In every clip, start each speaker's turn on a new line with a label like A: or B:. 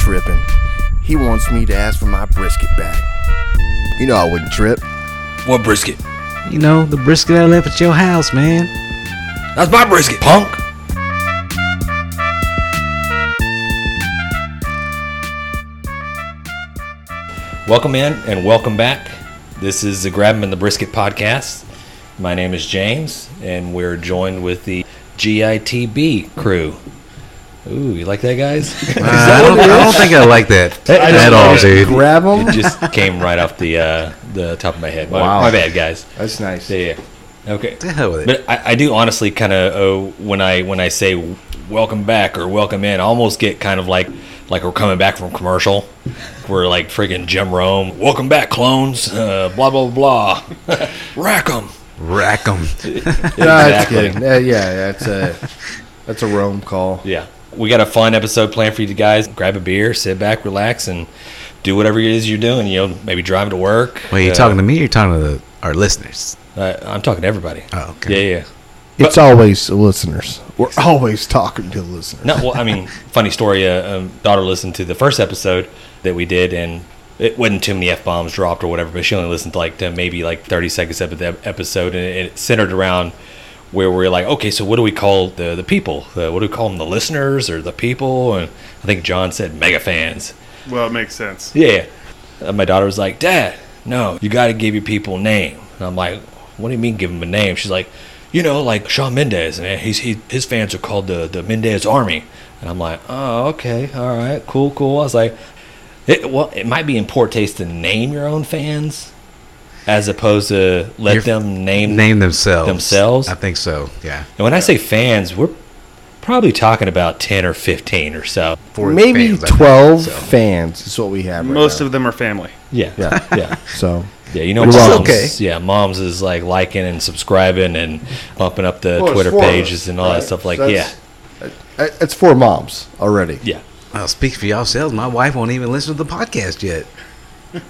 A: tripping. He wants me to ask for my brisket back. You know I wouldn't trip.
B: What brisket?
C: You know, the brisket I left at your house, man.
B: That's my brisket.
A: Punk?
B: Welcome in and welcome back. This is the Grab 'em and the Brisket podcast. My name is James, and we're joined with the GITB crew. Ooh, you like that, guys?
D: I don't, I don't think I like that at all, dude.
A: Grab him?
B: it just came right off the uh, the top of my head. My,
D: Wow.
B: my bad, guys.
A: That's nice.
B: Yeah, yeah. Okay.
D: The hell with it.
B: But I, I do honestly kind of owe when I when I say welcome back or welcome in, I almost get kind of like like we're coming back from commercial. We're like freaking Jim Rome. Welcome back, clones. Uh, blah blah blah. Rack 'em.
D: Rack 'em.
A: No, that's good. Uh, yeah, that's a, that's a Rome call.
B: Yeah. We got a fun episode planned for you guys. Grab a beer, sit back, relax, and do whatever it is you're doing. You know, maybe driving to work.
D: Wait, you
B: Uh,
D: talking to me or you talking to the, our listeners?
B: Uh, I'm talking to everybody.
D: Oh, okay.
B: Yeah, yeah.
A: It's always the listeners. We're always talking to the listeners.
B: No, well, I mean, funny story. Uh, um, daughter listened to the first episode that we did, and it wasn't too many f bombs dropped or whatever. But she only listened to like to maybe like thirty seconds of the ep- episode, and it centered around where we're like, okay, so what do we call the the people? Uh, what do we call them? The listeners or the people? And I think John said mega fans.
E: Well, it makes sense.
B: Yeah. Uh, my daughter was like, Dad, no, you got to give your people a name. And I'm like, What do you mean give them a name? She's like, You know, like Sean Mendez, man. He's, he, his fans are called the, the Mendez Army. And I'm like, Oh, okay. All right. Cool, cool. I was like, it, Well, it might be in poor taste to name your own fans as opposed to let
D: Your-
B: them name.
D: Name themselves.
B: Themselves?
D: I think so, yeah.
B: And when I say fans, we're probably talking about 10 or 15 or so.
D: For
A: Maybe
D: fans, I think,
A: 12
D: so.
A: fans is what we have. Right
E: Most
A: now.
E: of them are family.
B: Yeah.
A: Yeah.
B: Yeah.
A: So,
B: Yeah, you know,
A: Which is
B: moms.
D: okay.
B: Yeah, moms is like liking and subscribing and bumping up the
A: Well, it's
B: Twitter
A: four of us,
B: pages and all
A: right?
B: that stuff. Like,
A: So
B: yeah,
A: that's- uh, it's four moms already.
B: yeah,
D: Well, speak for yourselves. My wife won't even listen to the podcast yet.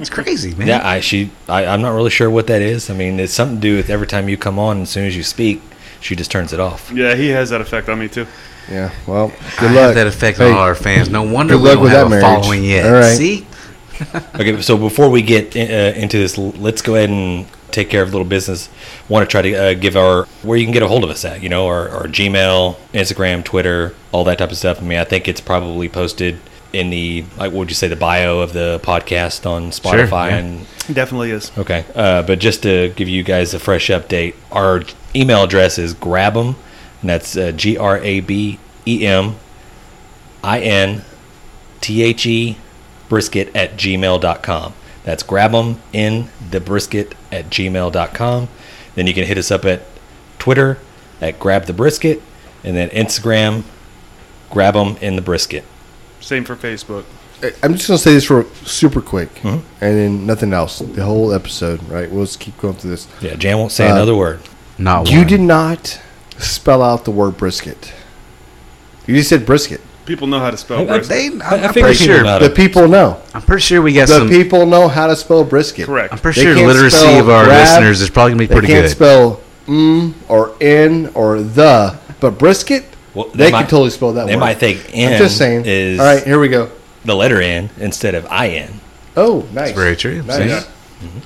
D: It's crazy, man.
B: yeah. I she, I, I'm not really sure what that is. I mean, it's something to do with every time you come on. As soon as you speak, she just turns it off.
E: Yeah, he has that effect on me too.
A: Yeah. Well,
D: I
A: good
D: have
A: luck.
D: that effect
A: Hey,
D: on all our fans. No wonder
A: good
D: we
A: luck
D: don't
A: with
D: have
A: that
D: a
A: marriage.
D: following yet.
A: All right.
D: See?
B: Okay, so before we get in, uh, into this, l- let's go ahead and take care of a little business. Want to try to uh, give our where you can get a hold of us at, you know, our, our Gmail, Instagram, Twitter, all that type of stuff. I mean, I think it's probably posted in the like, what would you say, the bio of the podcast on Spotify
D: yeah.
B: and
E: Definitely is.
B: Okay. Uh, but just to give you guys a fresh update, our email address is grabem, and that's uh, G R A B E M I N T H E brisket at gmail.com. That's grabem in the brisket at gmail.com. Then you can hit us up at Twitter at grab the brisket, and then Instagram, grab 'em in the brisket.
E: Same for Facebook.
A: I'm just gonna say this real super quick,
B: Hmm?
A: and then nothing else. The whole episode, right? We'll just keep going through this.
B: Yeah, Jan won't say
A: Uh,
B: another word.
D: Not
A: You
D: one.
A: did not spell out the word brisket. You just said brisket.
E: People know how to spell
B: I- I-
E: brisket.
D: They, I'm,
B: I figured
D: I'm pretty
B: people
D: sure.
B: know. Got
A: The
B: it.
A: people know.
D: I'm pretty sure we got
A: the
D: some.
A: people know how to spell brisket.
E: Correct.
D: I'm pretty
A: They
D: sure
A: can't
D: literacy
A: spell
D: of our
A: grab.
D: listeners is probably going to be
A: They
D: pretty
A: can't
D: good.
A: spell mm or in or the, but brisket.
B: Well,
A: they
B: they might-
A: can totally spell that.
B: they
A: word.
B: might think
A: I'm
B: in
A: just saying.
B: is-
A: All right, here we go.
B: The letter N instead of I N.
A: Oh, nice.
D: very true.
A: Nice.
D: Yeah.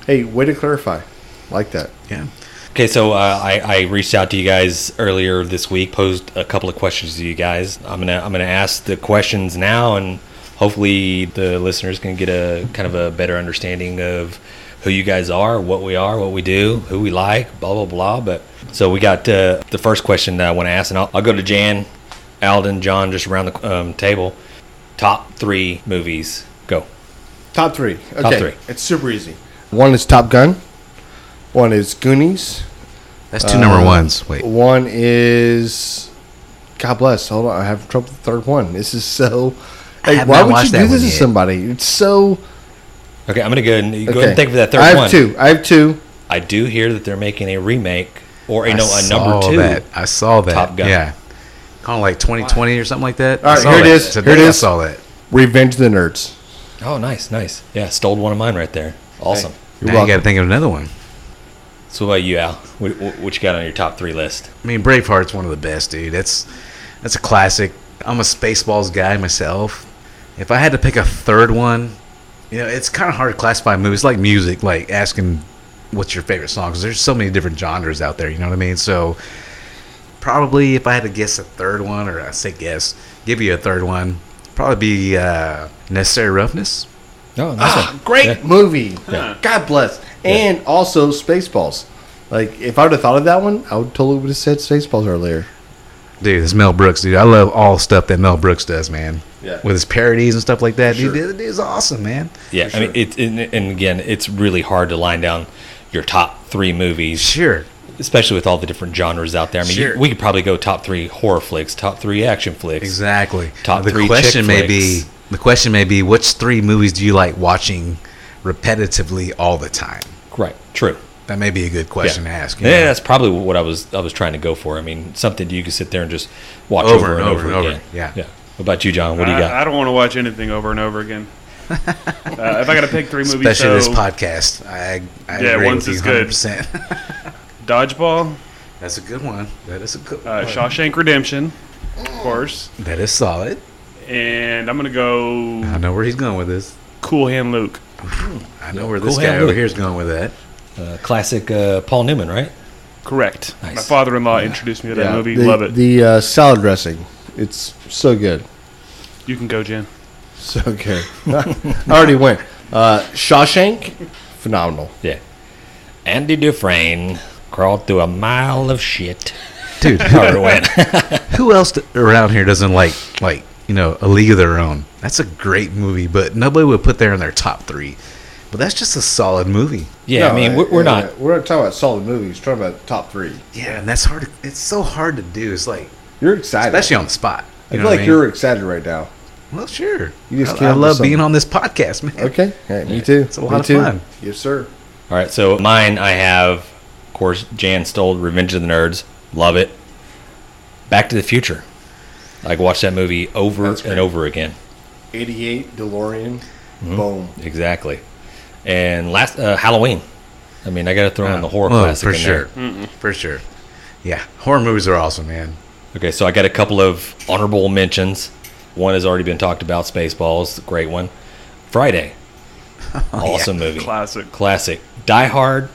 A: Hey, way to clarify. Like that.
D: Yeah.
B: Okay, so uh, I, I reached out to you guys earlier this week, posed a couple of questions to you guys. I'm gonna I'm gonna ask the questions now, and hopefully the listeners can get a kind of a better understanding of who you guys are, what we are, what we do, who we like, blah blah blah. But so we got uh, the first question that I want to ask, and I'll, I'll go to Jan, Alden, John, just around the um, table. Top three movies. Go.
A: Top three. Okay.
B: three.
A: It's super easy. One is Top Gun. One is Goonies.
D: That's two number
A: Uh,
D: ones. Wait.
A: One is God bless. Hold on, I have trouble with the third one. This is so.
D: I
A: Hey,
D: have
A: why
D: not
A: would you
D: watched
A: do
D: that
A: this
D: one
A: to
D: yet.
A: somebody? It's so.
B: Okay, I'm gonna go and go
A: Okay.
B: ahead and think of that third
A: I have
B: one.
A: two. I have two.
B: I do hear that they're making a remake or a,
D: I
B: no, a number
D: saw
B: two.
D: That. I saw that.
B: Top Gun.
D: Yeah. Kind of like 2020 or something like that.
A: All
D: I
A: right,
D: saw
A: here it
D: that.
A: is.
D: Today
A: Here it
D: I
A: is.
D: saw that.
A: Revenge of the Nerds.
B: Oh, nice, nice. Yeah, stole one of mine right there. Awesome.
A: You're
D: now you got to
A: welcome.
D: think of another one.
B: So, what about you, Al? What, what what you got on your top three list?
D: I mean, Braveheart's one of the best, dude. That's that's a classic. I'm a Spaceballs guy myself. If I had to pick a third one, you know, it's kind of hard to classify movies like music, like asking what's your favorite song because there's so many different genres out there. You know what I mean? So probably if I had to guess a third one, or I say guess, give you a third one, probably be uh, Necessary Roughness.
B: No, Oh, nice
D: Ah,
B: one.
A: Great
B: Ah, Yeah.
A: movie. God bless. And also Spaceballs. Like if I would have thought of that one, I would totally would have said Spaceballs earlier.
D: Dude, this Mel Brooks, dude. I love all stuff that Mel Brooks does, man.
A: Yeah.
D: With his parodies and stuff like that, dude.
A: Sure.
D: Dude, it's awesome, man.
B: Yeah, I mean, it's and, and again, it's really hard to line down your top three movies,
D: Sure.
B: especially with all the different genres out there. I mean, you-
D: Sure.
B: we could probably go top three horror flicks, top three action flicks.
D: Exactly.
B: Top
D: the
B: three chick
D: question may be
B: flicks.
D: the question may be which three movies do you like watching repetitively all the time?
B: Right. True.
D: That may be a good question to ask. you
B: Yeah.
D: know?
B: that's probably what I was I was trying to go for. I mean, something you can sit there and just watch
D: Over
B: over,
D: and
B: and over,
D: over and
B: again.
D: over, yeah.
B: Yeah. What about you, John? What do you
E: Uh, I,
B: got?
E: I don't want to watch anything over and over again. Uh, if I got to pick three movies,
D: Especially
E: so
D: this podcast. I, I
E: Yeah,
D: agree
E: once
D: with
E: is
D: you
E: good.
D: 100%.
E: Dodgeball,
D: That's a good one. That is a good
E: uh,
D: one.
E: Shawshank Redemption, of course,
D: That is solid.
E: and I'm gonna go
D: I know where he's going with this.
E: Cool Hand Luke.
D: I know where this
B: Cool
D: guy
B: hand
D: over
B: look.
D: here is going with that.
B: Uh, classic uh, Paul Newman, right?
E: Correct.
B: Nice.
E: My father-in-law introduced me to that movie.
A: the,
E: Love it.
A: The uh, salad dressing. It's so good.
E: you can go, Jen.
A: So good. I already went. Uh, Shawshank, phenomenal.
B: Yeah. Andy Dufresne crawled through a mile of shit.
D: Dude,
B: However it went.
D: who else th- around here doesn't like like you know a league of their own that's a great movie but nobody would put there in their top three but that's just a solid movie
B: Yeah, I
A: No,
B: mean, we're, we're
A: uh,
B: not.
A: We're not talking about solid movies. We're talking about top three.
D: yeah and that's hard to, it's so hard to do it's like
A: You're excited.
D: especially on the spot
A: I
D: you
A: feel
D: know what
A: like
D: I mean?
A: you're excited right now.
D: well sure
A: You just
D: I-
A: came
D: I,
A: up with
D: love being
A: something.
D: on this podcast man
A: Okay. Hey, me too.
D: It's a lot
A: me
D: of
A: too.
D: fun.
A: Yes, sir.
B: All right, so mine I have, of course, Jan stole Revenge of the Nerds. Love it. Back to the Future. I could watch that movie over
A: That's
B: and
A: great.
B: over again.
A: 88 DeLorean.
D: Mm-hmm.
A: Boom.
B: Exactly. And last uh, Halloween. I mean, I got to throw in the horror
D: Well,
B: classic
D: Oh, for
B: in
D: sure
B: there.
D: for sure yeah horror movies are awesome man
B: Okay, so I got a couple of honorable mentions. One has already been talked about, Spaceballs, great one. Friday, awesome movie,
E: Oh, Classic.
B: classic. Die Hard,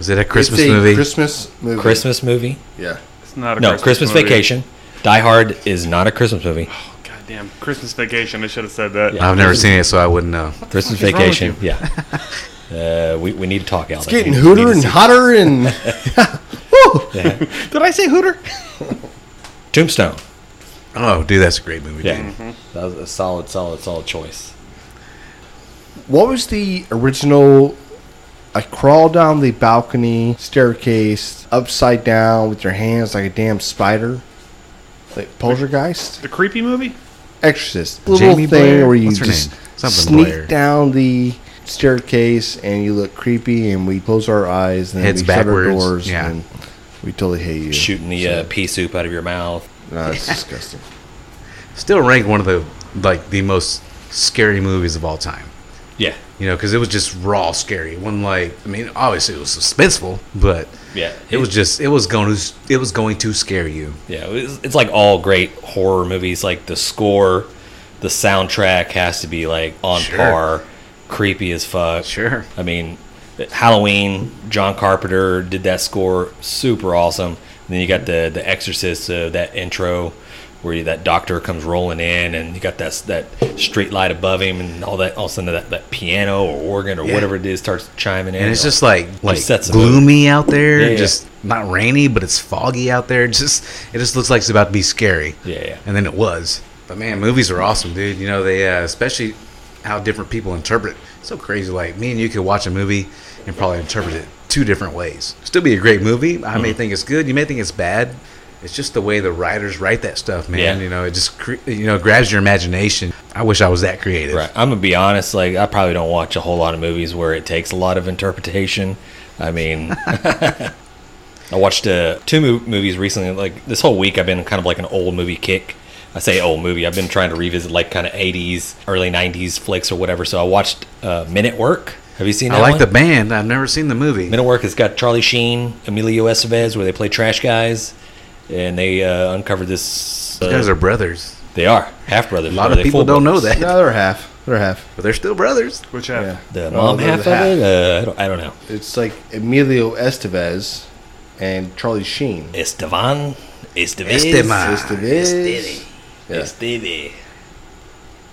D: is it a christmas
A: It's a
D: movie
A: Christmas movie.
B: Christmas movie.
A: Yeah.
E: It's not a
B: No, Christmas,
E: movie. Oh,
B: Vacation. Die Hard is not a Christmas movie.
E: Goddamn, Christmas Vacation. I should have said that.
B: Yeah.
D: i've never seen it so i wouldn't know
B: Christmas
E: fuck is wrong
B: vacation.
E: with
B: Yeah. Uh, we, we need to talk out.
A: It's getting hooter and hotter and
E: Did I say Hooter?
B: Tombstone.
D: oh dude that's a great movie
B: Yeah.
D: dude.
E: Mm-hmm.
B: That was a solid, solid, solid choice.
A: What was the original? I crawl down the balcony staircase upside down with your hands like a damn spider, like poltergeist,
E: The creepy movie?
A: exorcist, little
D: Jamie
A: thing
D: Blair?
A: where you
D: What's her
A: just
D: name? Something
A: sneak
D: Blair.
A: down the staircase and you look creepy and we close our eyes and then
D: Heads
A: we shut our
D: backwards,
A: doors
D: yeah.
A: and we totally hate you.
B: Shooting the uh, pea soup out of your mouth.
A: No, it's disgusting.
D: still ranked one of the like the most scary movies of all time
B: Yeah.
D: You know, because it was just raw scary. It wasn't like I mean, obviously it was suspenseful, but
B: Yeah.
D: it was just it was going to it was going to scare you.
B: Yeah. It's, it's like all great horror movies. Like the score, the soundtrack has to be like on
D: Sure.
B: par, creepy as fuck.
D: Sure.
B: I mean, Halloween, John Carpenter did that score super awesome. And then you got the the Exorcist, uh, that intro where you, that doctor comes rolling in, and you got that that street light above him, and all that. All of a sudden, that, that piano or organ or
D: Yeah.
B: whatever it is starts chiming in.
D: And it's just like like
B: sets the mood.
D: gloomy out there,
B: Yeah, yeah.
D: just not rainy, but it's foggy out there. Just it just looks like it's about to be scary.
B: Yeah, yeah.
D: And then it was. But man, movies are awesome, dude. You know they uh, especially how different people interpret. It's so crazy. Like me and you could watch a movie and probably interpret it two different ways. Still be a great movie. I
B: Mm-hmm.
D: may think it's good. You may think it's bad. It's just the way the writers write that stuff, man.
B: Yeah.
D: You know, it just cre- you know grabs your imagination. I wish I was that creative.
B: Right. I'm gonna be honest. Like I probably don't watch a whole lot of movies where it takes a lot of interpretation. I mean, I watched uh, two mo- movies recently. Like this whole week, I've been kind of like an old movie kick. I say old movie. I've been trying to revisit like kind of 80s, early 90s flicks or whatever. So I watched uh, Minute Work. Have you seen that?
D: I like
B: one?
D: the band. I've never seen the movie.
B: Middle Work has got Charlie Sheen, Emilio Estevez, where they play trash guys, and they uh, uncovered this.
D: These guys
B: Uh,
D: are brothers.
B: They are half brothers.
D: A lot of people don't know Oh, that.
A: No, they're half. They're half.
D: But they're still brothers.
E: Which half?
A: Yeah.
B: The
D: Oh,
A: Well,
B: mom
A: they're
B: half of
A: the
B: it. Uh, I, don't, I don't know.
A: It's like Emilio Estevez and Charlie Sheen.
B: Esteban. Estevez.
D: Esteban.
A: Estevez. Yeah.
B: Estevez.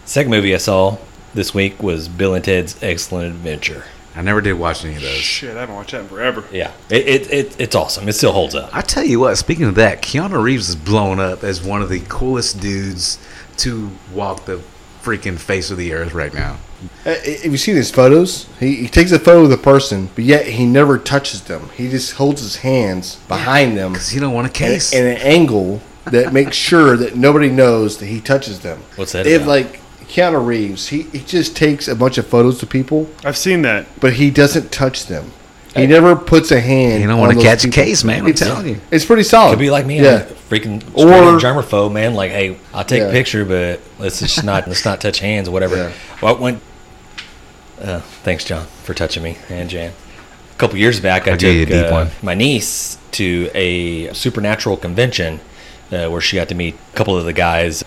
B: Second movie I saw this week was Bill and Ted's Excellent Adventure.
D: I never did watch any of those.
E: Shit, I haven't watched that in forever.
B: Yeah, it, it, it it's awesome. It still holds up.
D: I tell you what, speaking of that, Keanu Reeves is blown up as one of the coolest dudes to walk the freaking face of the earth right now.
A: Uh, Have you seen his photos? He, he takes a photo of the person, but yet he never touches them. He just holds his hands behind them
D: Because you don't want a
A: in,
D: case.
A: in an angle that makes sure that nobody knows that he touches them.
B: What's that
A: If
B: about?
A: like Keanu Reeves, he, he just takes a bunch of photos of people,
E: I've seen that.
A: but he doesn't touch them. He never puts a hand.
D: you don't
A: on
D: want to
A: those
D: catch a
A: people.
D: case, man. I'm
A: It's-
D: telling you.
A: It's pretty solid.
B: Could be like me,
A: Yeah.
B: I'm a freaking
A: Or-
B: or germaphobe, man. Like, hey, I'll take
A: Yeah.
B: a picture, but let's just not let's not touch hands, or whatever.
A: Yeah.
B: Well, when, uh, thanks, John, for touching me and Jan. A couple years back, I,
D: I'll give you a
B: took
D: deep
B: uh,
D: one.
B: my niece to a supernatural convention uh, where she got to meet a couple of the guys,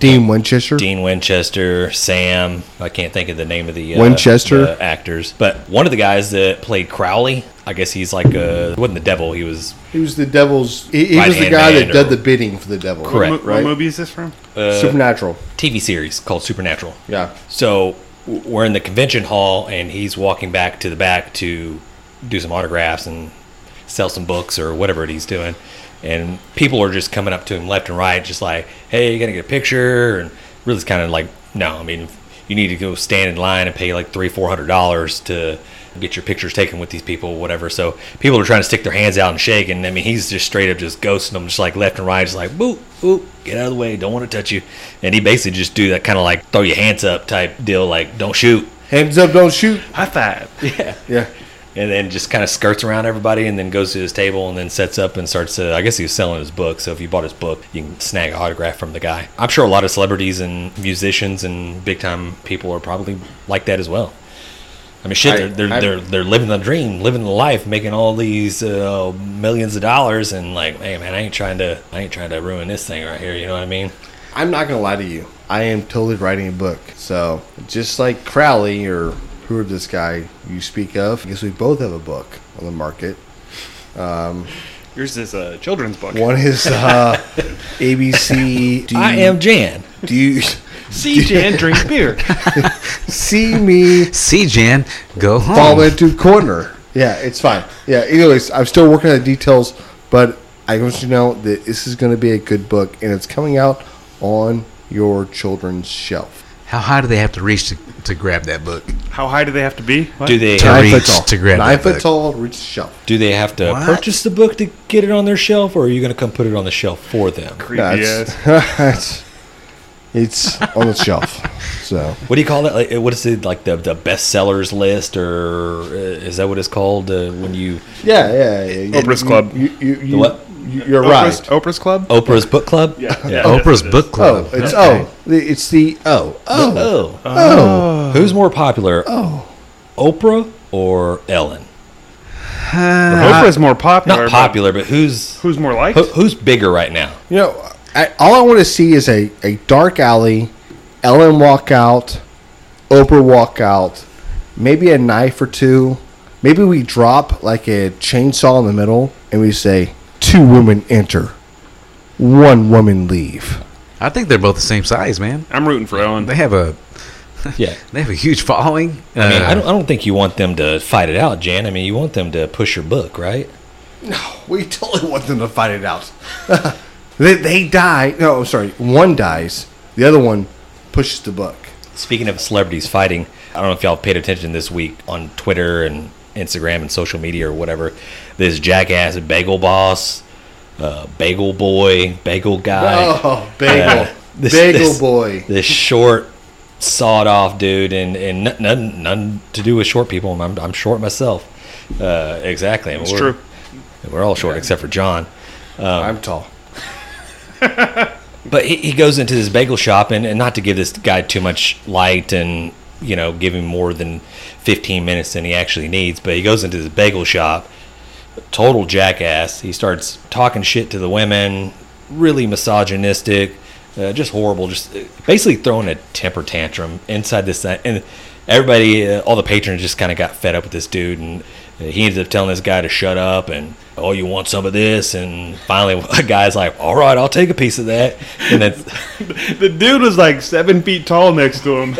A: Dean Winchester.
B: Dean Winchester, Sam. I can't think of the name of the uh,
A: Winchester?
B: the actors, but one of the guys that played Crowley. I guess he's like uh wasn't the devil. He was
A: He was the devil's. He, he was the
B: Right-hand
A: guy
B: man
A: that did
B: or-
A: the bidding for the devil.
B: Correct.
E: What, mo-
A: Right.
E: what movie is this from?
A: Uh, Supernatural.
B: TV series called Supernatural.
A: Yeah.
B: So w- we're in the convention hall, and he's walking back to the back to do some autographs and sell some books or whatever it he's doing. And people are just coming up to him left and right, just like, "Hey, you gonna get a picture?" And really, it's kind of like, "No, I mean, you need to go stand in line and pay like three, four hundred dollars to get your pictures taken with these people, whatever." So people are trying to stick their hands out and shake, and I mean, he's just straight up just ghosting them, just like left and right, just like, "Boop, boop, get out of the way, don't want to touch you." And he basically just do that kind of like throw your hands up type deal, like, "Don't shoot."
A: Hands up, don't shoot.
E: High five.
A: Yeah.
B: and then just kind of skirts around everybody and then goes to his table and then sets up and starts to i guess he was selling his book so if you bought his book you can snag an autograph from the guy i'm sure a lot of celebrities and musicians and big time people are probably like that as well i mean shit
A: I-
B: they're, they're,
A: I-
B: they're, they're living the dream living the life making all these uh, millions of dollars and like hey man i ain't trying to i ain't trying to ruin this thing right here you know what i mean
A: I'm not gonna lie to you. I am totally writing a book. So just like Crowley or who are this guy you speak of, I guess we both have a book on the market.
E: Yours is a children's book.
A: One is uh, ABC. Do
B: i
A: you-
B: am jan
A: Do you
E: See Jan drink beer.
A: see me
D: See, Jan, go home.
A: fall into corner? Yeah, it's fine. Yeah. Anyways, I'm still working on the details, but I want you to know that this is going to be a good book, and it's coming out on your children's shelf.
D: How high do they have to reach to, to grab that book?
E: How high do they have to be? What?
B: do they
D: To
A: Nine foot
D: reach,
A: tall.
D: to grab
A: Nine
D: that
A: foot
D: book.
A: tall, reach the shelf.
B: do they have to
D: What?
B: purchase the book to get it on their shelf or are you going to come put it on the shelf for them
E: Creepy
A: No,
E: ass.
A: it's, it's- it's on the shelf. So
B: What do you call it? Like, uh, what is it like the the bestsellers list, or uh, is that what it's called uh, when you
A: yeah, yeah. yeah.
E: Oprah's
A: You-
E: Club.
A: You, you, you,
B: what?
A: you- You're
E: Oprah's,
A: right.
E: Oprah's Club?
B: Oprah's book club?
E: Yeah.
D: Oprah's
E: Yes, it
D: book
E: is.
A: Oh,
D: club.
A: it's
D: Okay.
A: oh, it's the oh, oh,
B: Oh. Who's more popular? Oh. Oprah or Ellen?
E: Oprah's more popular.
B: Not
E: but
B: popular, but who's
E: Who's more liked?
B: who, who's bigger right now?
A: You know, I, all I want to see is a, a dark alley, Ellen walk out, Oprah walk out, maybe a knife or two. Maybe we drop like a chainsaw in the middle and we say, two women enter, one woman leave.
D: I think they're both the same size, man.
E: I'm rooting for Ellen.
D: They have a
B: Yeah.
D: they have a huge following.
B: I mean,
D: Uh,
B: I don't I don't think you want them to fight it out, Jan. I mean, you want them to push your book, right?
A: We totally want them to fight it out. they, they die. No, I'm sorry. One dies. The other one pushes the book.
B: Speaking of celebrities fighting, I don't know if y'all paid attention this week on Twitter and Instagram and social media or whatever. This jackass bagel boss, uh, bagel boy, bagel guy.
A: Oh, bagel.
B: Uh, this-
A: bagel
B: this-
A: boy.
B: This short, sawed off dude, and, and none, none, none to do with short people. and I'm, I'm short myself. Uh, exactly. I mean,
E: It's
B: we're-
E: true.
B: We're all short except for John. Um,
A: I'm tall.
B: But he, he goes into this bagel shop, and, and not to give this guy too much light and, you know, give him more than 15 minutes than he actually needs, but he goes into this bagel shop, total jackass. He starts talking shit to the women, really misogynistic, uh, just horrible. Just uh, basically throwing a temper tantrum inside this thing. and everybody, uh, all the patrons, just kind of got fed up with this dude, and uh, he ended up telling this guy to shut up and oh, you want some of this, and finally a guy's like, all right, I'll take a piece of that, and then
E: The dude was like seven feet tall next to him.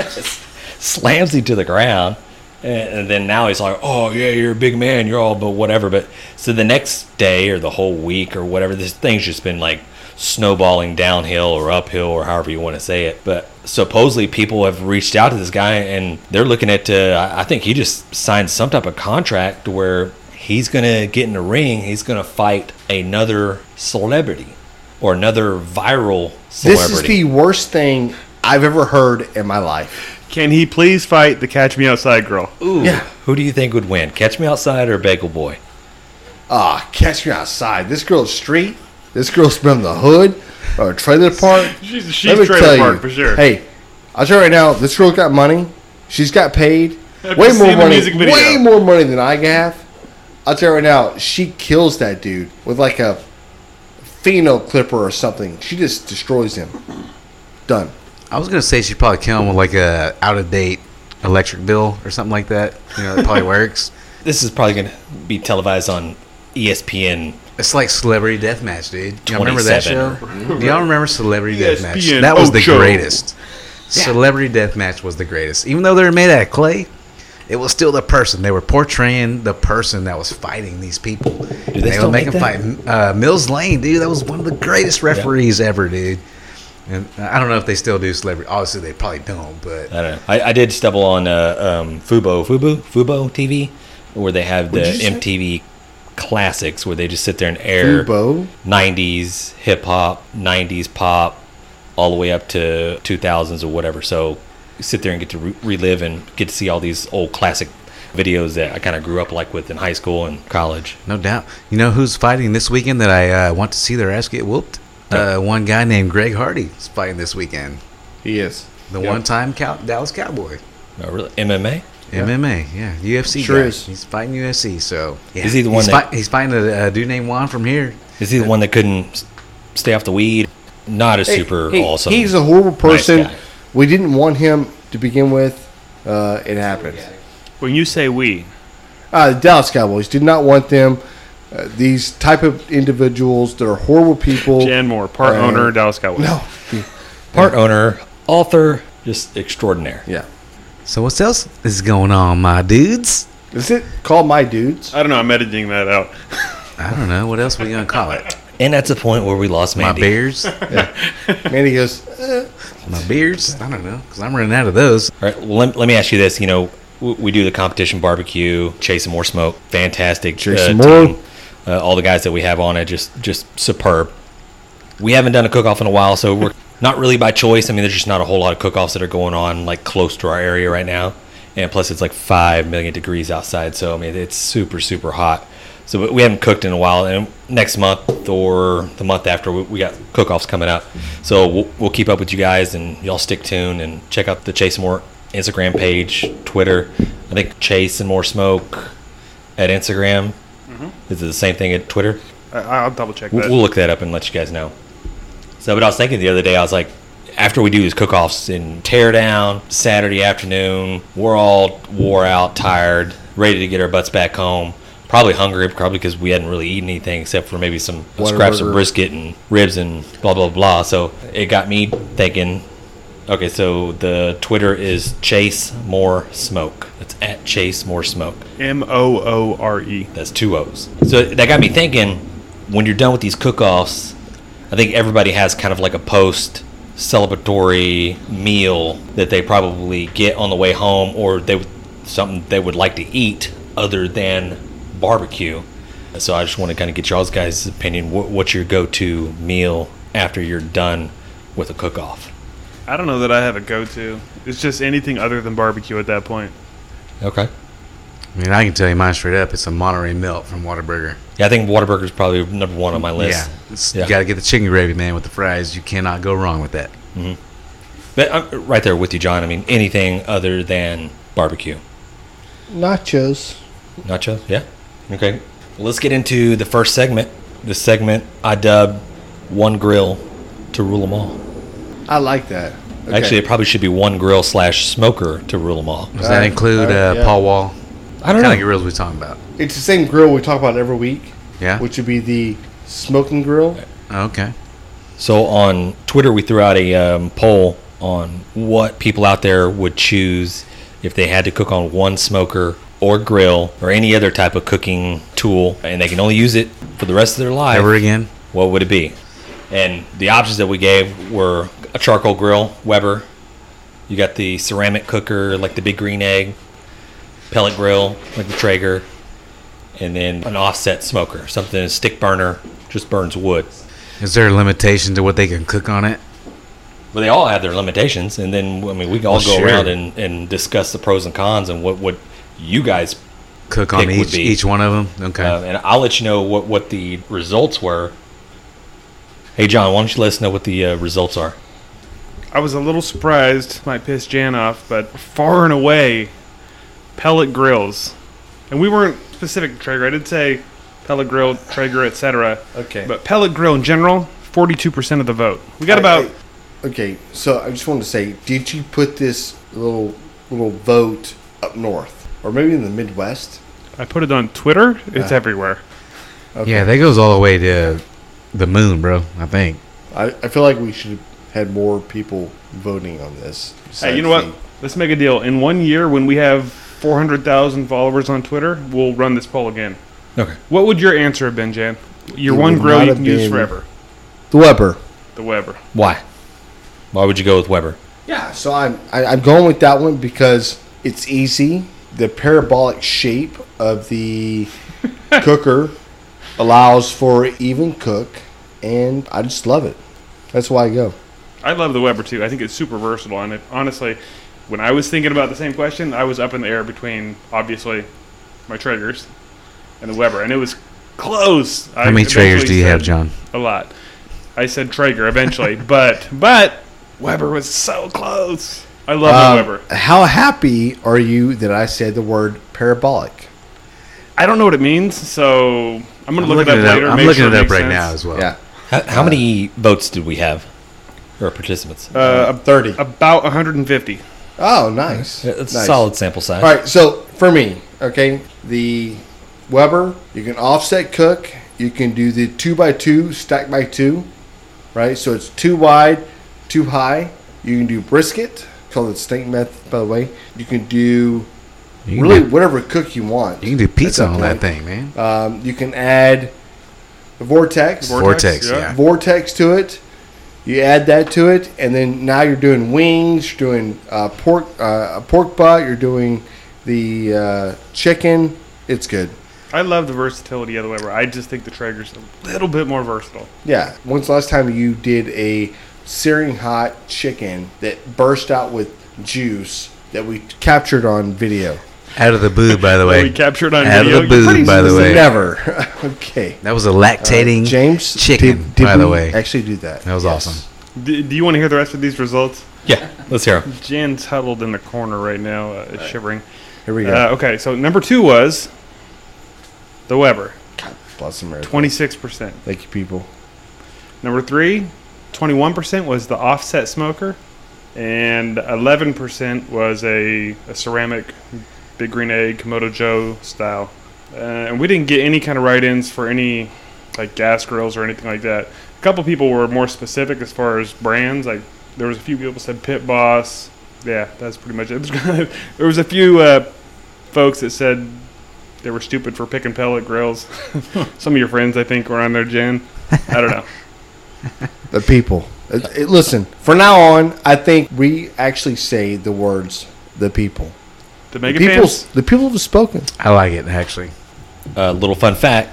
B: slams him to the ground. And and then now he's like, oh, yeah, you're a big man. You're all, but whatever. But so the next day or the whole week or whatever, this thing's just been like snowballing downhill or uphill or however you want to say it. But supposedly people have reached out to this guy and they're looking at, uh, I I think he just signed some type of contract to where he's going to get in the ring. He's going to fight another celebrity or another viral
A: This is
B: celebrity.
A: the worst thing I've ever heard in my life.
E: Can he please fight the Catch Me Outside girl?
B: Ooh,
A: Yeah.
B: Who do you think would win? Catch Me Outside or Bagel Boy?
A: Ah, catch me outside. This girl's street. This girl's from the hood or a trailer park.
E: She's she's trailer park for sure.
A: Hey, I'll tell you right now, this girl got money. She's got paid.
E: Have
A: way
E: you
A: more
E: seen the
A: money.
E: music video?
A: Way more money than I have. I'll tell you right now, she kills that dude with like a pheno clipper or something. She just destroys him. Done.
D: I was gonna say she'd probably kill him with like a out of date electric bill or something like that. You know, that probably works.
B: This is probably going to be televised on E ESPN.
D: It's like Celebrity Deathmatch, dude. Y'all remember that show?
B: 27.
D: Do y'all remember Celebrity Deathmatch?
E: ESPN
D: That was the
E: Ocho.
D: greatest. Celebrity Deathmatch was the greatest. Even though they were made out of clay, it was still the person. They were portraying the person that was fighting these people. And they
B: still
D: would make
B: make
D: them fight uh, Mills Lane, dude. That was one of the greatest referees ever, dude. And I don't know if they still do celebrity. Obviously, they probably don't, but
B: I don't know. I, I did stumble on uh, um, Fubo, Fubo, Fubo TV, where they have the
A: you say?
B: MTV classics where they just sit there and air
A: Fubo.
B: 90s hip hop, 90s pop, all the way up to 2000s or whatever. So you sit there and get to re- relive and get to see all these old classic videos that I kind of grew up like with in high school and college.
D: no doubt. You know who's fighting this weekend that I uh, want to see their ass get whooped? Uh, one guy named Greg Hardy is fighting this weekend.
A: He is.
D: The
A: Yep.
D: one-time cow- Dallas Cowboy.
B: Oh, really? MMA?
D: MMA, yeah, UFC.
A: Sure
D: guy.
A: is.
D: He's fighting UFC, so yeah.
B: Is he the one
D: He's,
B: that-
D: fight- he's fighting a, a dude named Juan from here.
B: Is he the one that couldn't s- stay off the weed? Not a super
A: Hey,
B: awesome.
A: He's a horrible person.
B: guy.
A: we didn't want him to begin with. Uh, it happened.
E: When you say we,
A: Uh, the Dallas Cowboys did not want them. Uh, these type of individuals that are horrible people.
E: Jan Moore, part
A: Uh,
E: owner, Dallas Cowboys.
A: No.
B: part owner, author, just extraordinaire.
A: Yeah.
D: So what else is going on, my dudes?
A: Is it called My Dudes?
E: I don't know. I'm editing that out.
D: I don't know what else we gonna call it.
B: And that's the point where we lost
D: My
B: Mandy.
D: beers,
A: Mandy goes, eh.
D: my beers. I don't know because I'm running out of those.
B: All right, well, let, let me ask you this. You know, we, we do the competition barbecue, chasing more smoke, fantastic.
A: Chase Some More.
B: team. Uh, all the guys that we have on it, just just superb. We haven't done a cook off in a while, so we're not really by choice. I mean, there's just not a whole lot of cook offs that are going on like close to our area right now, and plus it's like five million degrees outside, so I mean it's super super hot. So we- we haven't cooked in a while, and next month or the month after we, we got cook offs coming up. So we'll, we'll keep up with you guys, and y'all stick tuned and check out the Chase and More Instagram page, Twitter. I think Chase and More Smoke at Instagram. Is it the same thing at Twitter?
E: I, I'll double check
B: We'll,
E: that.
B: we'll look that up and let you guys know. So, but I was thinking the other day, I was like, after we do these cook-offs in teardown Saturday afternoon, we're all wore out, tired, ready to get our butts back home. Probably hungry, probably because we hadn't really eaten anything except for maybe some scraps of
A: Whataburger.
B: brisket and ribs and blah blah blah. So it got me thinking. Okay, so the Twitter is Chase More Smoke. That's at Chase More Smoke.
E: M O O R E.
B: That's two O's. So that got me thinking when you're done with these cook offs, I think everybody has kind of like a post celebratory meal that they probably get on the way home or they would- something they would like to eat other than barbecue. So I just want to kind of get y'all's guys' opinion. What, what's your go to meal after you're done with a cook off?
E: I don't know that I have a go-to. It's just anything other than barbecue at that point.
B: Okay.
D: I mean, I can tell you mine straight up. It's a Monterey Melt from Whataburger.
B: Yeah, I think Whataburger is probably number one on my list.
D: Yeah, it's-
B: Yeah.
D: you got to get the chicken gravy, man, with the fries. You cannot go wrong with that.
B: But I'm right there with you, John. I mean, anything other than barbecue.
A: Nachos.
B: Nacho, yeah. Okay. Well, let's get into the first segment. This segment I dubbed One Grill to Rule 'em All.
A: I like that. Okay.
B: Actually, it probably should be one grill slash smoker to rule them all.
D: Does that
A: Alright,
D: include
A: alright,
D: uh,
A: yeah.
D: Paul Wall?
B: I don't
D: Kind of
B: know.
D: grills we talking about?
A: it's the same grill we talk about every week,
D: Yeah.
A: which would be the smoking grill.
D: okay.
B: So on Twitter, we threw out a um, poll on what people out there would choose if they had to cook on one smoker or grill or any other type of cooking tool, and they can only use it for the rest of their life.
D: Ever again?
B: What would it be? And the options that we gave were a charcoal grill, Weber. You got the ceramic cooker, like the Big Green Egg, pellet grill, like the Traeger, and then an offset smoker, something a stick burner, just burns wood.
D: Is there a limitation to what they can cook on it?
B: But they all have their limitations, and then I mean we can all
D: Well,
B: go
D: sure.
B: around and, and discuss the pros and cons and what what you guys.
D: Cook on
B: Pick would
D: each
B: be-
D: each one of them? Okay.
B: Uh, and I'll let you know what what the results were. Hey John, why don't you let us know what the uh, results are?
E: I was a little surprised. Might piss Jan off, but far and away, pellet grills. And we weren't specific to Traeger. I did say pellet grill, Traeger, etc.
A: Okay.
E: But pellet grill in general, 42% of the vote. We got
A: I-
E: about
A: Okay, so I just wanted to say, did you put this little little vote up north, or maybe in the Midwest?
E: I put it on Twitter. It's
A: Uh,
E: everywhere.
A: Okay.
D: Yeah, that goes all the way to the moon, bro. I think.
A: I, I feel like we should have had more people voting on this.
E: Hey, you
A: besides
E: know what?
A: me.
E: Let's make a deal. In one year, when we have 400,000 followers on Twitter, we'll run this poll again.
B: Okay.
E: What would your answer have been, Jan? Your
A: It
E: one
A: would
E: grill
A: not
E: you
A: have
E: can use
A: been-
E: forever.
A: The Weber.
E: The Weber.
B: Why? Why would you go with Weber?
A: Yeah, so I'm I, I'm going with that one because it's easy. The parabolic shape of the cooker allows for even cook, and I just love it. That's why I go.
E: I love the Weber too. I think it's super versatile, and it honestly, when I was thinking about the same question, I was up in the air between obviously my Traegers and the Weber, and it was close.
D: How many Traegers do you have, John?
E: A lot. I said Traeger eventually, but but Weber was so close. I love the
A: Um,
E: Weber.
A: how happy are you that I said the word parabolic?
E: I don't know what it means, so I'm gonna
D: I'm
E: look it
D: looking
E: up
D: it
E: later.
D: up. I'm
E: make
D: looking
E: sure
D: it up
E: makes
D: right
E: sense.
D: now as well.
A: Yeah,
B: How, how
A: Uh,
B: many votes did we have, or participants?
E: Uh, ab-
A: thirty.
E: about 150.
A: Oh, nice.
B: it's a
A: Nice.
B: solid sample size.
A: All right, so for me, okay, the Weber, you can offset cook, you can do the two by two, stack by two, right? So it's two wide, two high. You can do brisket, called the steak method, by the way. You can do
D: You can
A: really
D: do-
A: whatever cook you want.
D: You can do pizza
A: At that
D: on that
A: point.
D: thing, man.
A: Um, you can add the vortex,
E: Vortex,
D: Vortex,
E: yeah.
D: yeah.
A: vortex to it. You add that to it, and then now you're doing wings, you're doing uh, pork, uh, a pork butt, you're doing the uh, chicken. It's good.
E: I love the versatility of the Weber. I just think the Traeger's a little bit more versatile.
A: Yeah. When's the last time you did a searing hot chicken that burst out with juice that we captured on video?
D: Out of the boob, by the
E: That
D: way.
E: we captured on
D: Out
E: video.
D: of
E: You're
D: the
E: pretty
D: boob, by the way.
A: Never. okay.
D: That was a lactating
A: Uh, James
D: chicken,
A: did- did
D: by the
A: we
D: way.
A: actually do that.
D: That was
A: Yes.
D: awesome.
E: Do, do you want to hear the rest of these results?
B: Yeah, let's hear 'em.
E: Jan's huddled in the corner right now, uh, shivering.
A: Here we go.
E: Uh, okay, so number two was the Weber,
A: Bless America.
E: 26%.
A: Thank you, people.
E: Number three, 21% was the offset smoker, and 11% was a, a ceramic Big Green Egg Komodo Joe style. Uh, and we didn't get any kind of write ins for any like gas grills or anything like that. A couple people were more specific as far as brands. Like there was a few people said Pit Boss. Yeah, that's pretty much it. there was a few uh, folks that said they were stupid for picking pellet grills. Some of your friends, I think, were on there, Jen. I don't know.
A: The people. Uh, uh, listen, from now on, I think we actually say the words "the people."
E: The
A: The
E: Mega
A: people.
E: Fans?
A: The people have spoken.
D: I like it actually.
B: Uh, little fun fact: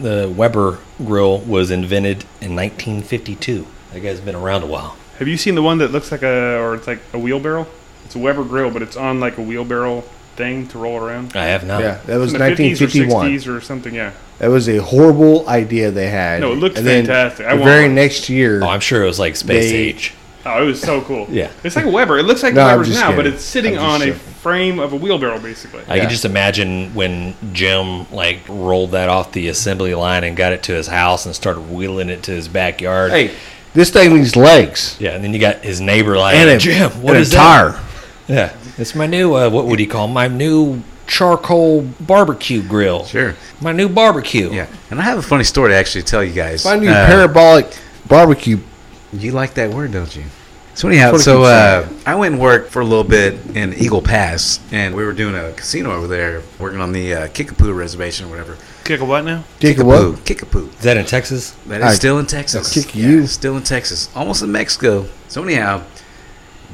B: the Weber grill was invented in 1952. That guy's been around a while.
E: Have you seen the one that looks like a, or it's like a wheelbarrow? It's a Weber grill, but it's on like a wheelbarrow thing to roll around.
B: I have
D: Oh.
B: not.
A: Yeah, that was
E: From the 50s or
A: 1951.
E: 60s or something, yeah.
A: That was a horrible idea they had.
E: No, it looked
A: And then
E: fantastic. I
A: the
E: want
A: very
E: one.
A: next year,
B: Oh, I'm sure it was like space
A: They-
B: age.
E: Oh, it was so cool.
B: Yeah.
E: It's like a Weber. It looks like
A: No, I'm
E: Weber's
A: just
E: now, but
A: kidding.
E: it's sitting
A: I'm
E: on
A: just
E: a
A: joking.
E: frame of a wheelbarrow, basically.
B: I
A: Yeah.
B: can just imagine when Jim like rolled that off the assembly line and got it to his house and started wheeling it to his backyard.
A: hey, This thing needs legs
B: Yeah, and then you got his neighbor like
A: and a
B: Jim. What
A: and
B: is
A: a tire.
B: that? Yeah, it's my new. Uh, what would he call my new charcoal barbecue grill?
D: Sure.
B: my new barbecue.
D: Yeah, and I have a funny story to actually tell you guys.
A: My new
D: Uh,
A: parabolic barbecue.
D: You like that word, don't you? So anyhow,
A: That's
D: so
A: what I
D: uh, I went and worked for a little bit in Eagle Pass, and we were doing a casino over there, working on the uh, Kickapoo reservation or whatever.
E: Kick a what now?
A: Dick what?
D: Kickapoo.
B: Is that in Texas?
D: That is
A: I-
D: still in Texas.
A: I'll kick you.
D: Still in Texas. Almost in Mexico. So anyhow,